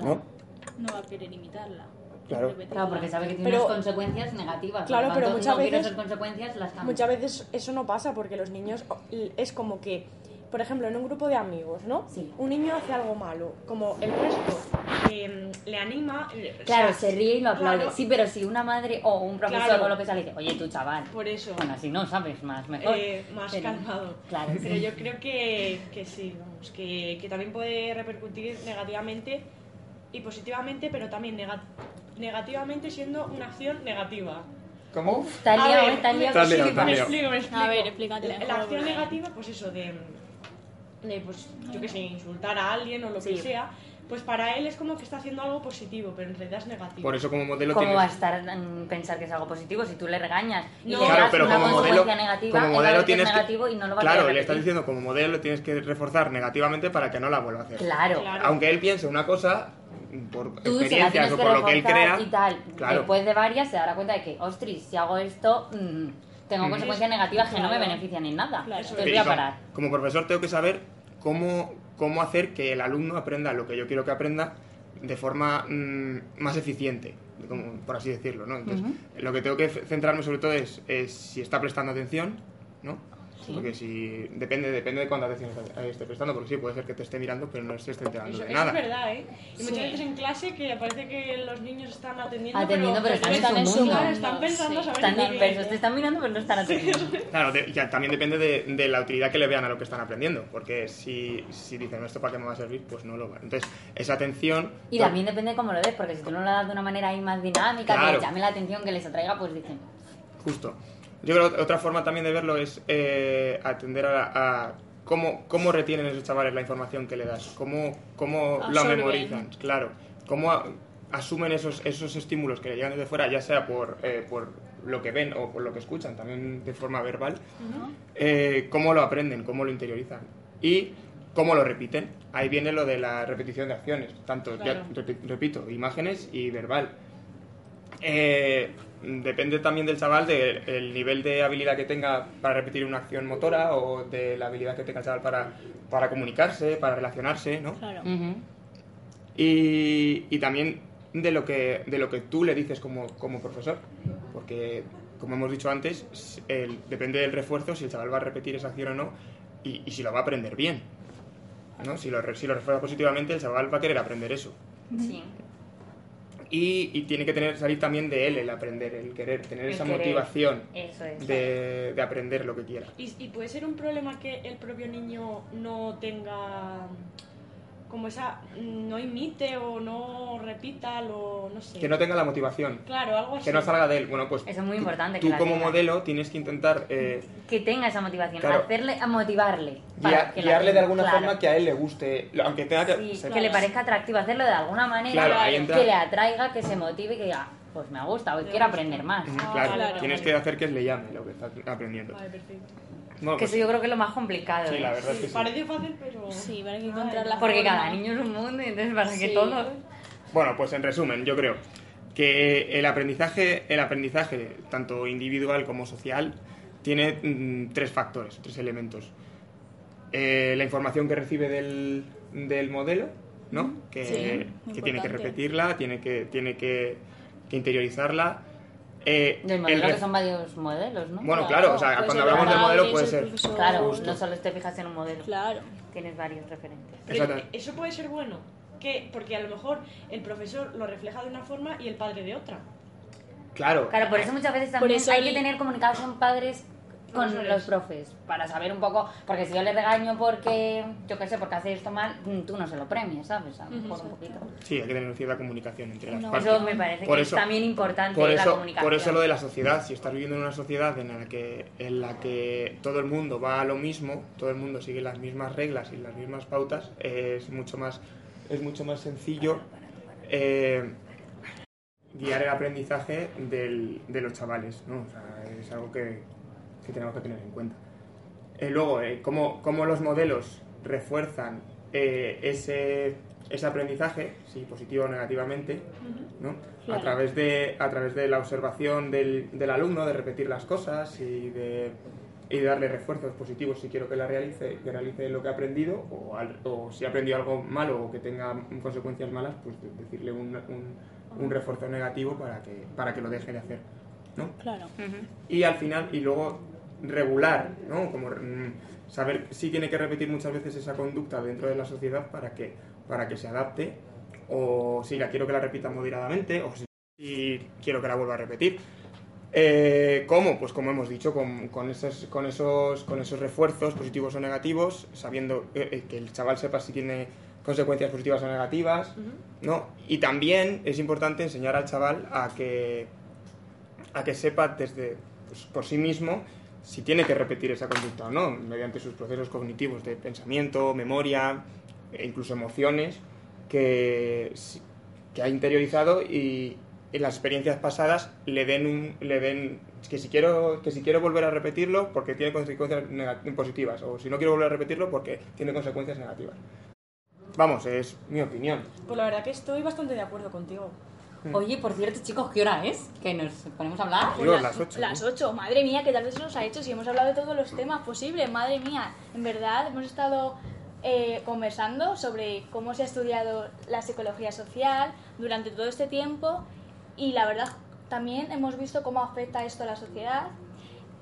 C: ¿No?
F: no va a querer imitarla.
C: Claro.
F: Repetirla.
A: Claro, porque sabe que tiene
D: Pero-
A: unas consecuencias negativas.
D: Claro,
A: por lo
D: pero
A: tanto,
D: muchas
A: no quiero
D: veces-
A: esas consecuencias, las cambio.
D: Muchas veces eso no pasa porque los niños o- l- es como que, por ejemplo, en un grupo de amigos, ¿no?
A: Sí.
D: Un niño hace algo malo, como el resto em, le anima. le-
A: Claro,
D: o sea,
A: se ríe y lo aplaude.
D: Claro.
A: Sí, pero si una madre o un profesor
D: Claro.
A: o lo que sea le dice, oye, tú chaval.
D: Por eso,
A: Bueno, si no sabes más, mejor.
D: eh, más
A: Pero-
D: calmado.
A: Claro.
D: Pero yo creo que, que sí, vamos, que, que también puede repercutir negativamente y positivamente, pero también nega- negativamente siendo una acción negativa.
C: ¿Cómo?
A: Está
D: A
A: liado,
D: ver,
A: está liado.
C: Está liado,
A: Sí,
C: está
D: Me
C: liado.
D: explico, me explico.
F: A ver, explícate
D: La,
F: mejor,
D: la acción
F: porque-
D: negativa, pues eso, de, de, pues, yo que sé, insultar a alguien o lo que
A: Sí.
D: sea, pues para él es como que está haciendo algo positivo, pero en realidad es negativo.
C: Por eso como modelo
A: ¿Cómo
C: tienes...
A: va a estar mm, pensar que es algo positivo si tú le regañas y
D: No.
A: le
C: Claro,
A: das
C: pero
A: una
C: como modelo,
A: consecuencia negativa,
C: como
A: él va a ver
C: modelo
A: que es
C: tienes
A: negativo
C: que,
A: y no lo va a
C: claro,
A: querer
C: le estás
A: repetir.
C: diciendo como modelo tienes que reforzar negativamente para que no la vuelva a hacer.
A: Claro.
D: Claro.
C: Aunque él piense una cosa por
A: Tú se la
C: experiencias
A: tienes
C: o
A: que
C: por lo que él
A: reforzar
C: crea,
A: y tal.
C: claro,
A: Después de varias se dará cuenta de que, ostris, si hago esto, mm, tengo
C: Mm.
A: consecuencias negativas que no me
D: Claro.
A: benefician en nada.
F: Claro.
A: Entonces
C: que
A: voy a
C: yo,
A: parar.
C: como profesor tengo que saber cómo cómo hacer que el alumno aprenda lo que yo quiero que aprenda de forma mm, más eficiente, como, por así decirlo, ¿no? Entonces, lo que tengo que f- centrarme sobre todo es, es si está prestando atención, ¿no?
A: Sí.
C: Porque si depende depende de cuánta atención está- eh, esté prestando, porque sí puede ser que te esté mirando, pero no se esté enterando
D: Eso,
C: de
D: eso
C: nada.
D: es verdad, ¿eh? Y muchas veces en clase que parece que los niños están atendiendo,
A: Atendiendo, pero están en
D: están,
A: su
D: claro,
A: mundo.
D: están pensando
F: Sí.
D: saber
A: Están
D: qué
A: dispersos, te están mirando pero no están atendiendo.
C: Claro, de- ya también depende de, de la utilidad que le vean a lo que están aprendiendo, porque si, si dicen "No, esto para qué me va a servir, pues no lo va. Entonces, esa atención...
A: Y también depende de cómo lo des, porque si tú no lo das de una manera ahí más dinámica, que
C: Claro.
A: les llame la atención, que les atraiga, pues dicen,
C: Justo. Yo creo que otra forma también de verlo es eh, atender a, la- a cómo, cómo retienen esos chavales la información que le das, cómo, cómo la
G: Absorben.
C: memorizan, claro, cómo a- asumen esos, esos estímulos que le llegan desde fuera, ya sea por, eh, por lo que ven o por lo que escuchan, también de forma verbal, eh, cómo lo aprenden, cómo lo interiorizan y cómo lo repiten. Ahí viene lo de la repetición de acciones, tanto,
G: Claro.
C: ya repi- repito, imágenes y verbal. Eh, depende también del chaval, del nivel de habilidad que tenga para repetir una acción motora o de la habilidad que tenga el chaval para, para comunicarse, para relacionarse, ¿no?
G: Claro.
C: Y, y también de lo, que, de lo que tú le dices como, como profesor, porque como hemos dicho antes, s- el- depende del refuerzo si el chaval va a repetir esa acción o no y, y si lo va a aprender bien. ¿no? Si, lo, re- si lo refuerza positivamente, el chaval va a querer aprender eso.
A: Sí.
C: Y, y tiene que tener, salir también de él el aprender, el querer, tener
A: El
C: esa
A: querer.
C: motivación
A: Eso es.
C: de, de aprender lo que quiera.
D: Y, y puede ser un problema que el propio niño no tenga como esa no imite o no repita lo no sé
C: Que no tenga la motivación,
D: claro algo así
C: que no salga de él. Bueno, pues
A: Eso es muy
C: tú-
A: importante, que
C: Tú,
A: la
C: como
A: tenga.
C: modelo tienes que intentar eh,
A: Que tenga esa motivación,
C: Claro.
A: hacerle, a motivarle. para
C: guiar-
A: que la
C: guiarle de
A: tenga,
C: alguna
A: claro.
C: forma que a él le guste, lo- aunque tenga que...
A: Sí,
C: se-
A: que le parezca atractivo, hacerlo de alguna manera
C: Claro, ahí entra-
A: que le atraiga, que se motive y que diga, pues me gusta, hoy quiero aprender más.
C: Ujú, Mm, claro,
G: claro,
C: tienes
G: vale.
C: que hacer que le llame lo que está aprendiendo.
D: vale perfecto
C: Bueno,
A: Que
C: pues,
A: eso yo creo que es lo más complicado.
C: sí,
A: ¿eh?
C: la verdad es que sí.
D: parece fácil pero
G: Sí, para que encontrar la
A: Porque
G: forma.
A: cada niño es un mundo y entonces para que
G: Sí.
A: todos...
C: Bueno, pues en resumen, yo creo que el aprendizaje, el aprendizaje tanto individual como social, tiene mm, tres factores, tres elementos. Eh, la información que recibe del, del modelo, ¿no? Que,
G: Sí,
C: que tiene que
G: importante.
C: repetirla, tiene que, tiene que, que interiorizarla. Eh,
A: Del
C: el
A: modelo
C: ref-
A: que son varios modelos, ¿no?
C: Bueno, claro, o
B: Pues
C: sea,
G: Puede
C: cuando
G: ser
C: hablamos de
G: padre,
C: modelo puede
G: el
C: ser.
G: profesor.
A: Claro,
C: Justo.
A: no solo te fijas en un modelo,
G: Claro.
A: tienes varios referentes.
D: Pero
C: Exacto.
D: eso puede ser bueno que porque a lo mejor el profesor lo refleja de una forma y el padre de otra
C: Claro.
A: Claro, por eso muchas veces también
G: eso
A: hay
G: el-
A: que tener comunicación padres con
D: Profesores.
A: los profes, para saber un poco, porque si yo le regaño porque, yo qué sé, porque hace esto mal, mm, tú no se lo premias, ¿sabes? A lo mejor un poquito.
C: Sí, hay que tener cierta comunicación entre las
G: No.
C: partes.
A: Eso me parece
C: Por
A: que
C: eso-
A: es también importante
C: por
A: la
C: eso,
A: comunicación.
C: por eso lo de la sociedad. Si estás viviendo en una sociedad en la que en la que todo el mundo va a lo mismo, todo el mundo sigue las mismas reglas y las mismas pautas, eh, es mucho más es mucho más sencillo eh, guiar el aprendizaje del- de los chavales, ¿no? O sea, es algo que, que tenemos que tener en cuenta. Eh, luego, eh, cómo, cómo los modelos refuerzan eh, ese, ese aprendizaje, si positivo o negativamente, ¿no? a,
G: Claro.
C: través de, a través de la observación del, del alumno, de repetir las cosas y de, y de darle refuerzos positivos si quiero que la realice, que realice lo que ha aprendido, o, al- o si ha aprendido algo malo o que tenga consecuencias malas, pues de- decirle un, un- un refuerzo negativo para que, para que lo deje de hacer. ¿no?
G: Claro.
C: y al final y luego regular, ¿no? Como mm, saber si tiene que repetir muchas veces esa conducta dentro de la sociedad para que para que se adapte o si la quiero que la repita moderadamente o si, si quiero que la vuelva a repetir. Eh, ¿Cómo? Pues como hemos dicho, con, con esos, con, esos, con esos refuerzos positivos o negativos, sabiendo eh, eh, que el chaval sepa si tiene consecuencias positivas o negativas, ¿no? Y también es importante enseñar al chaval a que a que sepa desde pues, por sí mismo si tiene que repetir esa conducta o no, mediante sus procesos cognitivos de pensamiento, memoria e incluso emociones que, si- que ha interiorizado y en las experiencias pasadas le den un, le den que si quiero que si quiero volver a repetirlo porque tiene consecuencias nega- positivas o si no quiero volver a repetirlo porque tiene consecuencias negativas. Vamos, es mi opinión.
D: pues la verdad que estoy bastante de acuerdo contigo
A: Oye, por cierto, chicos, ¿qué hora es? Que nos ponemos a hablar.
C: Digo, las ocho, ¿no?
G: Las 8, madre mía, que tal vez se nos ha hecho si hemos hablado de todos los temas posibles, madre mía. En verdad, hemos estado eh, conversando sobre cómo se ha estudiado la psicología social durante todo este tiempo y la verdad también hemos visto cómo afecta esto a la sociedad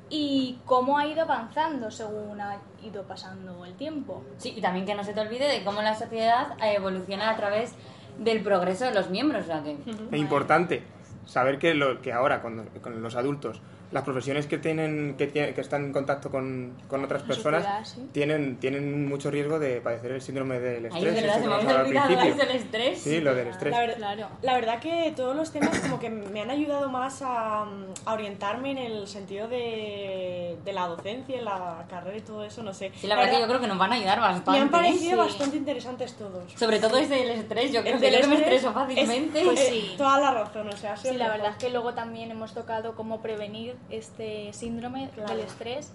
G: y cómo ha ido avanzando según ha ido pasando el tiempo.
A: Sí, y también que no se te olvide de cómo la sociedad eh, evoluciona a través del progreso de los miembros. O sea que,
C: Es importante saber que, lo, que ahora, cuando, con los adultos, las profesiones que tienen que, tie- que están en contacto con, con otras personas
B: sociedad, sí.
C: tienen tienen mucho riesgo de padecer el síndrome del
A: Ahí es
C: estrés.
A: verdad,
C: eso
A: se
C: que
A: me
C: hemos
A: había
C: hablado al
A: olvidado hablar
C: principio.
A: del estrés.
C: Sí, lo del estrés.
D: La verdad,
B: Claro.
D: la verdad que todos los temas como que me han ayudado más a, mm, a orientarme en el sentido de, de la docencia, en la carrera y todo eso, no sé.
A: Sí, la verdad que yo creo que nos van a ayudar bastante.
D: me han parecido
A: ¿eh?
D: bastante interesantes todos.
A: Sobre todo es del estrés, yo creo
D: El
A: que yo
D: del
A: no me
D: estrés
A: estreso
D: es-
A: fácilmente.
D: es-
B: Pues
D: eh,
B: sí.
D: Toda la razón, o sea, ha sido
B: Sí, la
D: mejor.
B: verdad es que luego también hemos tocado cómo prevenir este síndrome
D: Claro.
B: del estrés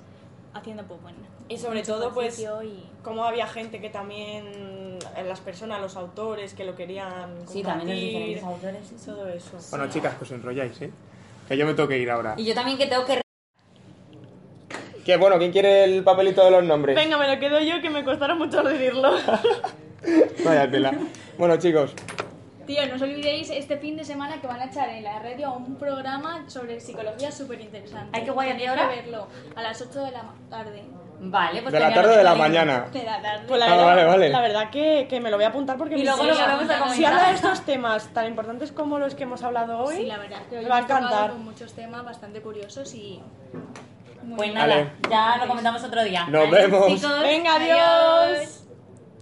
B: haciendo pues bueno.
D: Y sobre
B: mucho
D: todo, pues,
B: ejercicio y-
D: Como había gente que también, eh, las personas, los autores, que lo querían compartir,
A: Sí, también los diferentes autores. sí, sí.
D: todo eso.
C: Bueno, chicas, pues enrolláis, ¿eh? Que yo me tengo que ir ahora.
A: Y yo también que tengo que...
C: Que bueno, ¿quién quiere el papelito de los nombres?
D: Venga, me lo quedo yo, que me costará mucho decirlo.
C: Vaya tela. Bueno, chicos,
A: Pues
B: Tío, no os olvidéis este fin de semana que van a echar en la radio un programa sobre psicología súper interesante.
A: Ay, qué guay, ¿a qué hora?
B: verlo a las 8 de la tarde.
A: Vale, pues...
C: de la
A: todavía
C: tarde
A: no
C: o de la
A: tengo ni-
C: mañana.
B: De la tarde.
D: Pues la
C: Ah,
D: verdad,
C: vale, vale.
D: La verdad que, que me lo voy a apuntar porque
A: Y
D: me
A: luego lo
D: interesa.
A: volvemos a
D: Si
A: comentar.
D: habla de estos temas tan importantes como los que hemos hablado hoy,
B: Sí, la verdad es que hoy
D: me va a
B: hemos tocado
D: encantar.
B: con muchos temas bastante curiosos y... muy
A: Pues
C: Vale.
A: nada, ya lo comentamos otro día.
C: Nos
A: Adiós,
C: vemos.
A: chicos.
D: Venga, adiós.
B: Adiós.